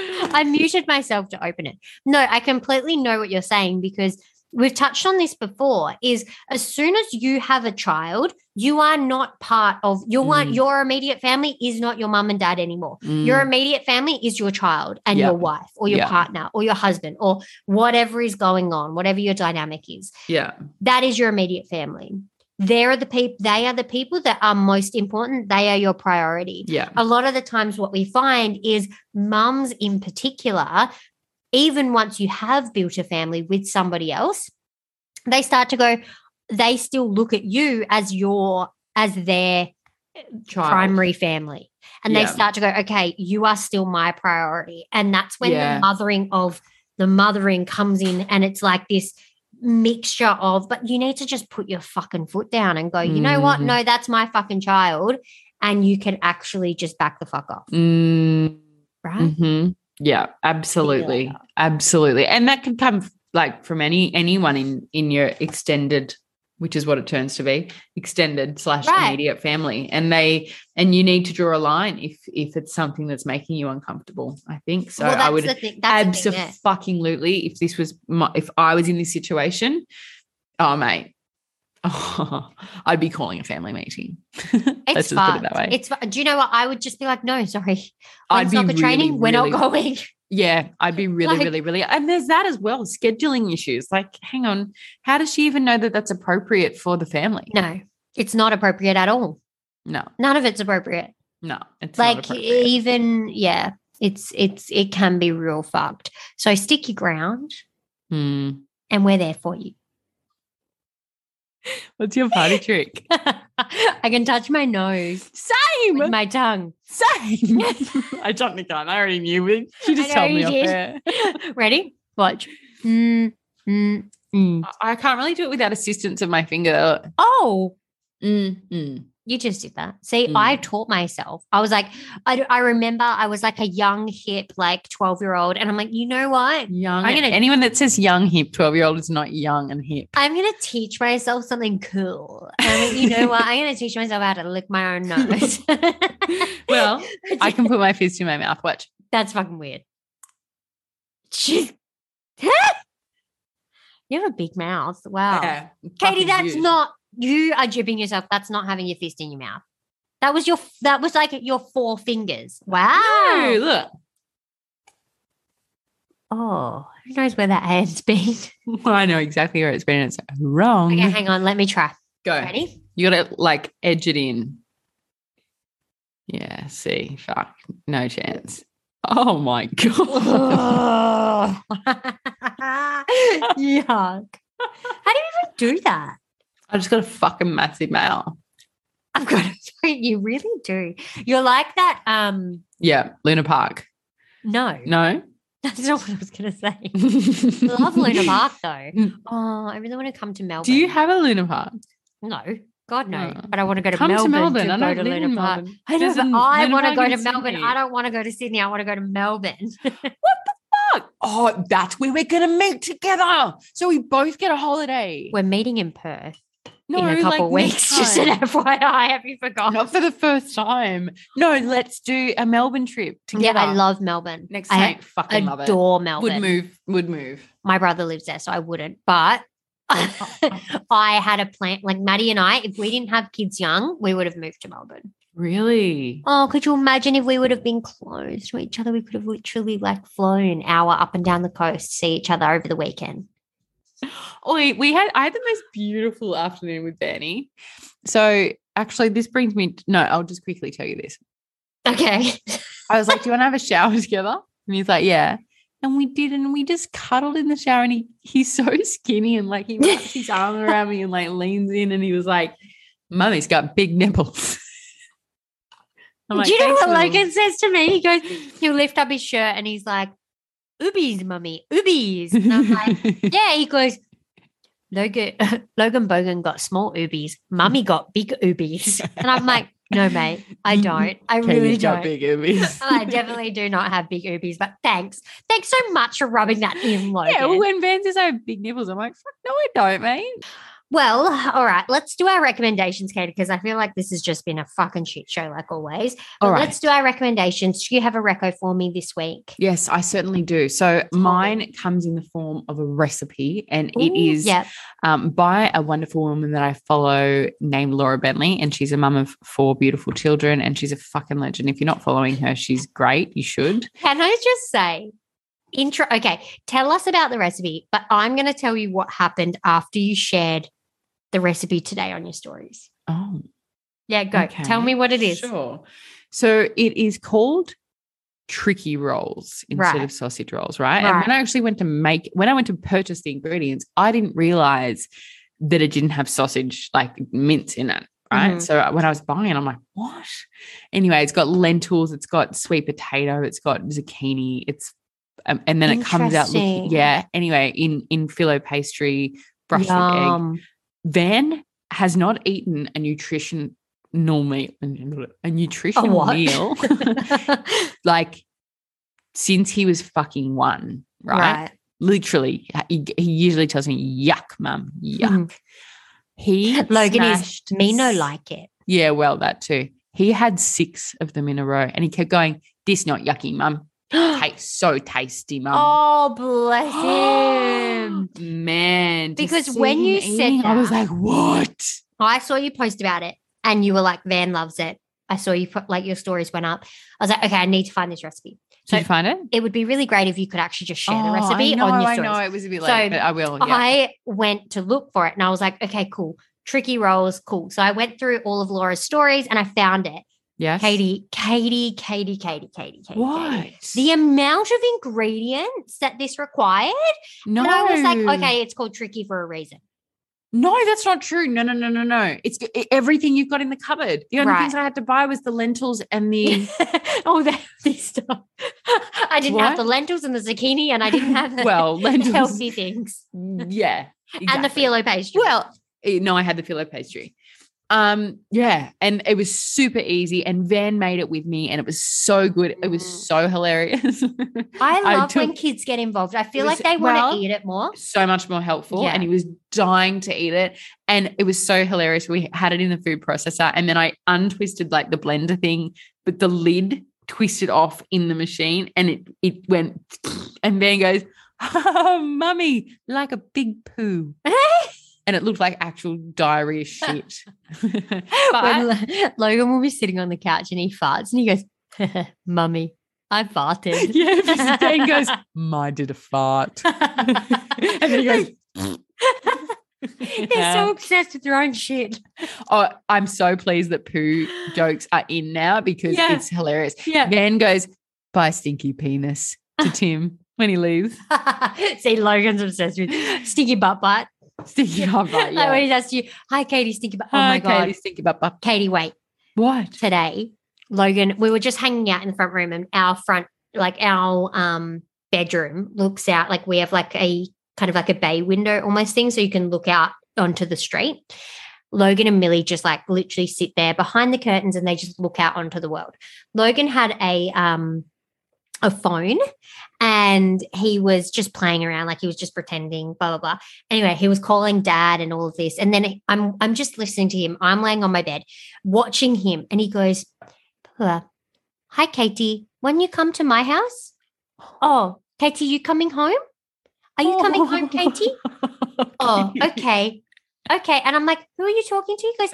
I muted myself to open it. No, I completely know what you're saying because we've touched on this before is as soon as you have a child, you are not part of you want
Mm.
your immediate family is not your mum and dad anymore. Your immediate family is your child and
Yeah.
your wife or your
Yeah.
partner or your husband or whatever is going on, whatever your dynamic is.
yeah,
That is your immediate family. They are the people they are the people that are most important. They are your priority
yeah,
a lot of the times what we find is mums in particular even once you have built a family with somebody else they start to go they still look at you as your as their
Child.
primary family and they
Yeah.
start to go okay you are still my priority and that's when
Yeah.
the mothering of the mothering comes in and it's like this mixture of but you need to just put your fucking foot down and go you know what
Mhm.
no that's my fucking child and you can actually just back the fuck off,
Mm,
right?
mhm. yeah, absolutely,
that.
absolutely, and that can come like from any anyone in in your extended, which is what it turns to be, extended slash
Right.
immediate family, and they and you need to draw a line if if it's something that's making you uncomfortable. I think so.
well, that's
I would
the thing. That's the thing, yeah.
absolutely if this was my, if i was in this situation oh mate i'd be calling a family meeting
It's
let's just put
fun.
it that way
It's fu- do you know what? I would just be like, no, sorry.
i'd
It's not the
really,
training. We're
really-
not going.
yeah i'd be really
Like-
really really and there's that as well scheduling issues like hang on how does she even know that that's appropriate for the family
No, it's not appropriate at all.
no
None of it's appropriate.
no it's not
like
appropriate.
even yeah, it's it's it can be real fucked. So stick your ground,
Hmm.
and we're there for you.
what's your party trick
I can touch my nose with
same
my tongue.
same i don't think i already knew but she just
know
told me
you
off
did.
air.
Ready? Watch. Mm, mm, mm.
I- I can't really do it without assistance of my finger.
Oh,
Mm, mm.
You just did that. See,
Mm.
I taught myself. I was like, I, I remember I was like a young, hip, like 12 year old. And I'm like, you know what?
Young.
I'm gonna-
Anyone that says young hip, 12 year old is not young and hip.
I'm going to teach myself something cool. And I'm like, you know what? I'm going to teach myself how to lick my own nose.
Well, I can put my fist in my mouth. Watch.
That's fucking weird. Jeez. you have a big mouth. Wow.
Yeah,
Oh. Katie,
fucking
that's
huge.
not, you are jipping yourself. That's not having your fist in your mouth. That was your, that was like your four fingers. Wow.
No, look.
Oh, who knows where that hand's been?
I know exactly where it's been. It's wrong.
Okay, hang on. Let me try.
Go.
Ready?
You gotta like edge it in. Yeah, see. Fuck. No chance. Oh my god.
Ugh. Yuck. How do you even do that?
I just got a fucking massive mouth.
I've got to say, you really do. You're like that. Um,
Yeah, Luna Park.
no,
No.
that's not what I was going to say. Love
Love
Luna Park though.
Mm.
Oh, I really want to come to Melbourne.
Do you have a Luna Park?
No, God no.
Oh.
But I want to go to
Come
Melbourne.
to Melbourne.
To
I
go
don't
to
live
Luna
in
Park.
Melbourne.
I know,
There's
but
a
I
Luna
want to
Park
go
in
to Melbourne.
Sydney.
I don't want to go to Sydney. I want to go to Melbourne.
Fuck. Oh, that's where we're going to meet together. So we both get a holiday.
We're meeting in Perth.
no,
in a couple
like, next
weeks. Just an
time.
FYI, have you forgotten?
Not for the first time. No, let's do a Melbourne trip
yeah,
together.
I love Melbourne.
Next
I
time. Fucking love it.
adore Melbourne.
Would move. Would move.
My brother lives there, so I wouldn't. But
Oh,
I had a plan. Like Maddie and I, if we didn't have kids young, we would have moved to Melbourne.
Really?
Oh, could you imagine if we would have been close to each other? We could have literally like flown an hour up and down the coast, see each other over the weekend.
Oh, we, we had I had the most beautiful afternoon with Bernie. So actually, this brings me. No, I'll just quickly tell you this.
Okay.
I was like, "Do you want to have a shower together?" And he's like, "Yeah." And we did, and we just cuddled in the shower. And he he's so skinny, and like he wraps his arm around me and like leans in, and he was like, "Mummy's got big nipples." I'm like,
Do you know
"Thanks,
what
Will."
Logan says to me? He goes, he'll lift up his shirt and he's like, Oobies, mummy, oobies. And I'm like, yeah. He goes, Logan, Logan Bogan got small oobies. Mummy got big oobies. And I'm like, no, mate, I don't. I
Katie's
really
got
don't.
big oobies.
I definitely do not have big oobies, but thanks. Thanks so much for rubbing that in, Logan.
Yeah, well, when Vans is have big nipples, I'm like, fuck, no, I don't, mate.
Well, all right, let's do our recommendations, Katie, because I feel like this has just been a fucking shit show, like always. But
All right.
let's do our recommendations. Do you have a reco for me this week?
Yes, I certainly do. So
me.
mine comes in the form of a recipe, and it
Ooh,
is
Yep.
um, by a wonderful woman that I follow named Laura Bentley, and she's a mum of four beautiful children, and she's a fucking legend. If you're not following her, she's great. You should.
Can I just say, intro? Okay, tell us about the recipe, but I'm going to tell you what happened after you shared the recipe today on your stories.
Oh,
Yeah, go. Tell
okay.
me what it is.
Sure. So it is called tricky rolls instead
Right.
of sausage rolls, right? And
Right.
when I actually went to make, when I went to purchase the ingredients, I didn't realize that it didn't have sausage like mince in it. Right.
Mhm.
So when I was buying, it, I'm like, what? Anyway, it's got lentils, it's got sweet potato, it's got zucchini, it's, um, and then it comes out looking,
Interesting.
yeah. Anyway, in in filo pastry, brushed with egg,
Yum.
Van has not eaten a nutrition normal meal, a nutrition
what?
meal like since he was fucking one, right?
right.
Literally, he, he usually tells me, "Yuck, mum, yuck."
Mm.
He
Logan is
smashed
me no
s-
like it.
Yeah, well, that too. He had six of them in a row, and he kept going, "This not yucky, mum. Tastes so tasty, mum."
oh, bless him.
Man, to
Because
see
when
him
you said
eating, I was
that-
like, "What?"
Oh, I saw you post about it and you were like, Van loves it. I saw you put like your stories went up. I was like, okay, I need to find this recipe.
Did
So-
you find it?
It would be really great if you could actually just share
Oh,
the recipe
I know,
on your
I
stories.
know it was a bit
So,
late, but I will. Yeah.
I went to look for it and I was like, okay, cool. Tricky rolls, cool. So I went through all of Laura's stories and I found it.
yes.
Katie, Katie, Katie, Katie, Katie, Katie.
What?
Katie. The amount of ingredients that this required.
no.
And I was like, okay, it's called tricky for a reason.
No, that's not true. No, no, no, no, no. It's g- e, everything you've got in the cupboard. The only
Right.
things I had to buy was the lentils and the.
all that this stuff. I didn't have
What?
the lentils and the zucchini, and I didn't have the
well, lentils.
healthy things
Yeah.
and the
exactly.
phyllo pastry.
Well, eh, no, I had the filo pastry. Um, yeah, and it was super easy. And Van made it with me, and it was so good. It was
Mm.
so hilarious.
I
I
love when
took-
kids get involved. I feel
It
like
was-
they want to
well,
eat it more.
so much more helpful
Yeah.
and he was dying to eat it and it was so hilarious we had it in the food processor and then i untwisted like the blender thing but the lid twisted off in the machine and it it went and then goes "Oh, mummy like a big poo and it looked like actual diarrhea shit
When
but
Lo- Logan will be sitting on the couch and he farts and he goes, "Mummy, I farted."
yeah because then goes my did a fart and then he goes
They're so obsessed with their own shit.
Oh, I'm so pleased that poo jokes are in now because
Yeah.
it's hilarious.
Yeah.
Van goes, buy stinky penis to Tim when he leaves.
See, Logan's obsessed with stinky butt butt.
Stinky butt butt.
I
Yeah.
always ask you, hi Katie, think about oh
Hi,
my god.
Katie, stinky butt butt.
Katie, wait.
What?
Today, Logan, we were just hanging out in the front room and our front like our um bedroom looks out like we have like a kind of like a bay window almost thing so you can look out onto the street. Logan and Millie just like literally sit there behind the curtains and they just look out onto the world. Logan had a um a phone and he was just playing around like he was just pretending blah blah blah anyway he was calling dad and all of this and then i'm i'm just listening to him i'm laying on my bed watching him and he goes "Pua, hi katie when you come to my house oh katie you coming home are you coming home katie oh okay okay and i'm like who are you talking to he goes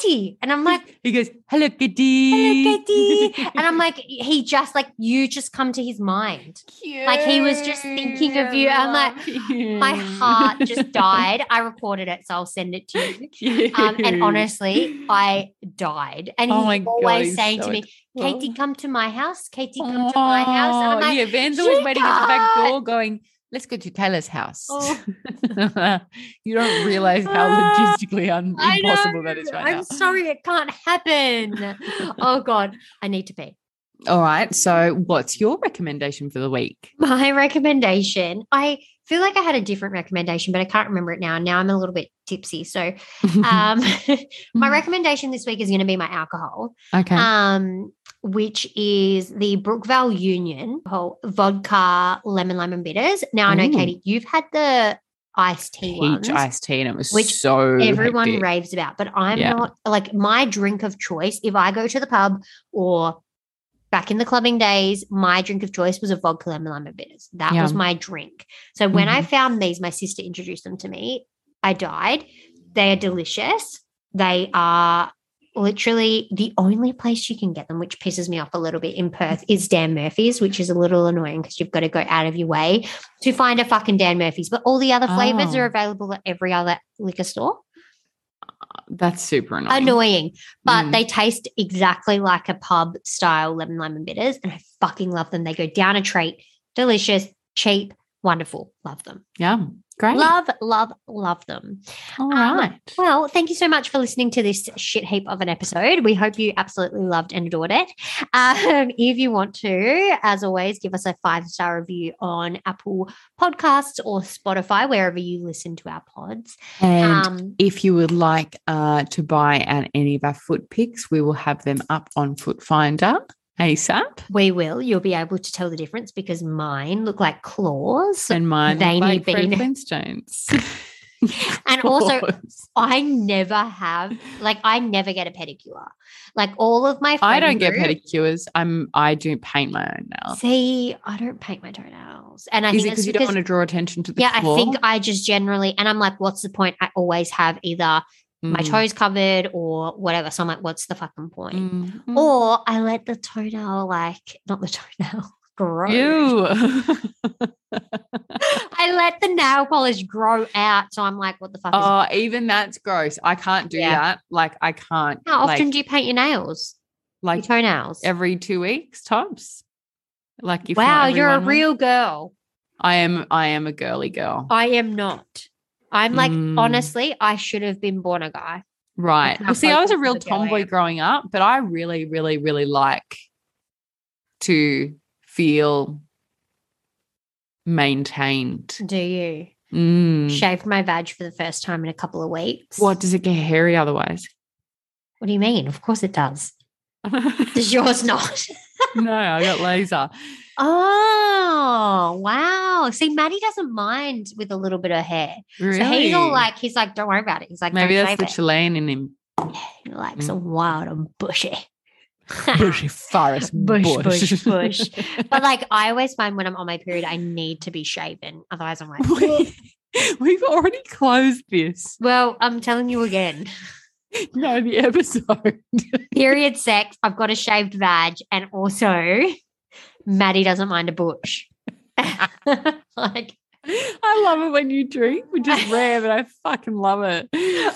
katie and i'm like
He goes, hello, Katie.
hello katie and i'm like he just like you just come to his mind like, he was just thinking of you. I'm like, my heart
Mm.
just died. I recorded it, so I'll send it to you. Um, and honestly, I died. And
Oh
he's
my God,
always
he's
saying
so
to me,
adorable.
Katie, come to my house. Katie, come to my house. And I'm
Oh,
like,
yeah, Van's always waiting at the back
"Sweetheart."
door going, Let's go to Taylor's house.
Oh.
you don't realize how
Ah,
logistically un-
I know.
impossible that is right
I'm
now.
sorry, it can't happen. oh God, I need to pee.
All right. So, what's your recommendation for the week?
My recommendation, I feel like I had a different recommendation, but I can't remember it now. Now I'm a little bit tipsy. So um
Mm-hmm.
my recommendation this week is going to be my alcohol.
okay.
Um which is the Brookvale Union whole vodka lemon lemon bitters. Now I know,
Ooh.
Katie, you've had the iced tea
Mm. Peach
ones.
iced tea, and it was
which
so
everyone
hectic.
raves about, but I'm
Yeah.
not like my drink of choice. If I go to the pub or back in the clubbing days, my drink of choice was a vodka lemon lemon bitters. That was
Yum. Mm-hmm.
my drink. So when I found these, my sister introduced them to me. I died. They are delicious. They are literally the only place you can get them, which pisses me off a little bit in Perth, is Dan Murphy's, which is a little annoying because you've got to go out of your way to find a fucking Dan Murphy's. But all the other flavors
Oh.
are available at every other liquor store
That's super annoying.
annoying, but
Mm.
they taste exactly like a pub style lemon lemon bitters. And I fucking love them. They go down a treat, delicious, cheap, wonderful. Love them.
Yeah. Great.
Love, love, love them.
All
um,
right.
Well, thank you so much for listening to this shit heap of an episode. We hope you absolutely loved and adored it. Um, if you want to, as always, give us a five star review on Apple Podcasts or Spotify, wherever you listen to our pods.
and
um,
if you would like uh, to buy at any of our foot picks, we will have them up on Foot Finder ASAP.
We will. You'll be able to tell the difference because mine look like claws.
And mine
They
they like
need
Fred
bean.
Flintstones.
And also,
Claws.
I never have, like, I never get a pedicure. Like, all of my
I don't
friend
get
group-
pedicures. I'm I do paint my own nails.
See, I don't paint my toenails. And I
Is it
think that's
because you
because,
don't want to draw attention to the
yeah,
claw?
I think I just generally, and I'm like, what's the point? I always have either my
Mm,
toes covered or whatever. So I'm like, what's the fucking point?
mm, mm.
Or I let the toenail, like, not the toenail, grow.
Ew.
I let the nail polish grow out. So I'm like, what the fuck is
oh, even that's gross. I can't do
Yeah.
that. Like I can't.
How often
like,
do you paint your nails?
like
your toenails?
every two weeks tops? Like if not
wow,
every
you're a
one week.
real Oh, girl.
I am. I am a girly girl.
I am not. I'm like,
Mm.
honestly, I should have been born a guy.
Right.
how
Well, see, I was a
focused
real
of a girl I
tomboy
am.
growing up, but I really, really, really like to feel maintained.
Do you?
Mm.
Shaved my vag for the first time in a couple of weeks.
What does it get hairy otherwise?
What do you mean? Of course it does.
no,
Does yours not?
I got laser.
oh, wow. See, Maddie doesn't mind with a little bit of hair.
Really?
So he's all like, he's like, don't worry about it. He's like,
maybe
don't
that's the
shave
Chilean in him.
it. He likes them wild and bushy.
Bushy forest.
Bush,
bush,
bush, bush. But like, I always find when I'm on my period, I need to be shaven. Otherwise, I'm like, "Ugh."
We- We've already closed this.
well, I'm telling you again.
No, the episode.
Period sex. I've got a shaved vag, and also, Maddie doesn't mind a bush. like,
I love it when you drink, which is rare, but I fucking love it.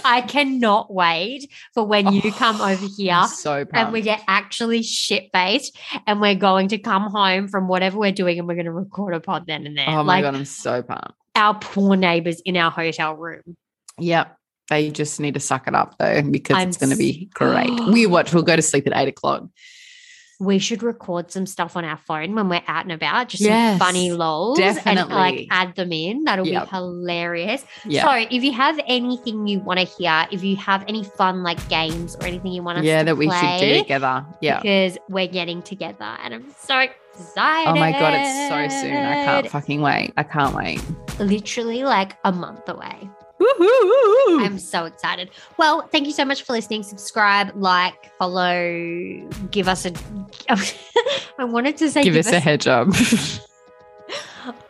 I cannot wait for when you come over here.
Oh, I'm so proud.
And we get actually shit faced, and we're going to come home from whatever we're doing, and we're going to record a pod then and there.
oh my
like
god, I'm so pumped.
our poor neighbors in our hotel room.
Yep. They just need to suck it up though, because
I'm
it's going to be
s-
great. we watch. We'll go to sleep at eight o'clock.
we should record some stuff on our phone when we're out and about, just
Yes,
some funny lols and like
definitely.
add them in. That'll
Yep.
be hilarious.
Yeah,
So if you have anything you want to hear, if you have any fun like games or anything you want us
yeah,
to
that we should do
play,
together. Yeah.
because we're getting together and I'm so excited.
Oh my god, it's so soon. I can't fucking wait. I can't wait.
Literally like a month away.
Woohoo!
I'm so excited. Well, thank you so much for listening. Subscribe, like, follow, give us a. I wanted to say
Give us a head job.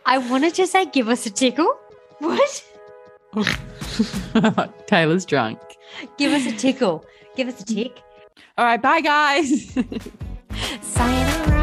I wanted to say give us a tickle. What?
Taylor's drunk.
Give us a tickle. Give us a tick.
All right, bye guys.
Sayonara.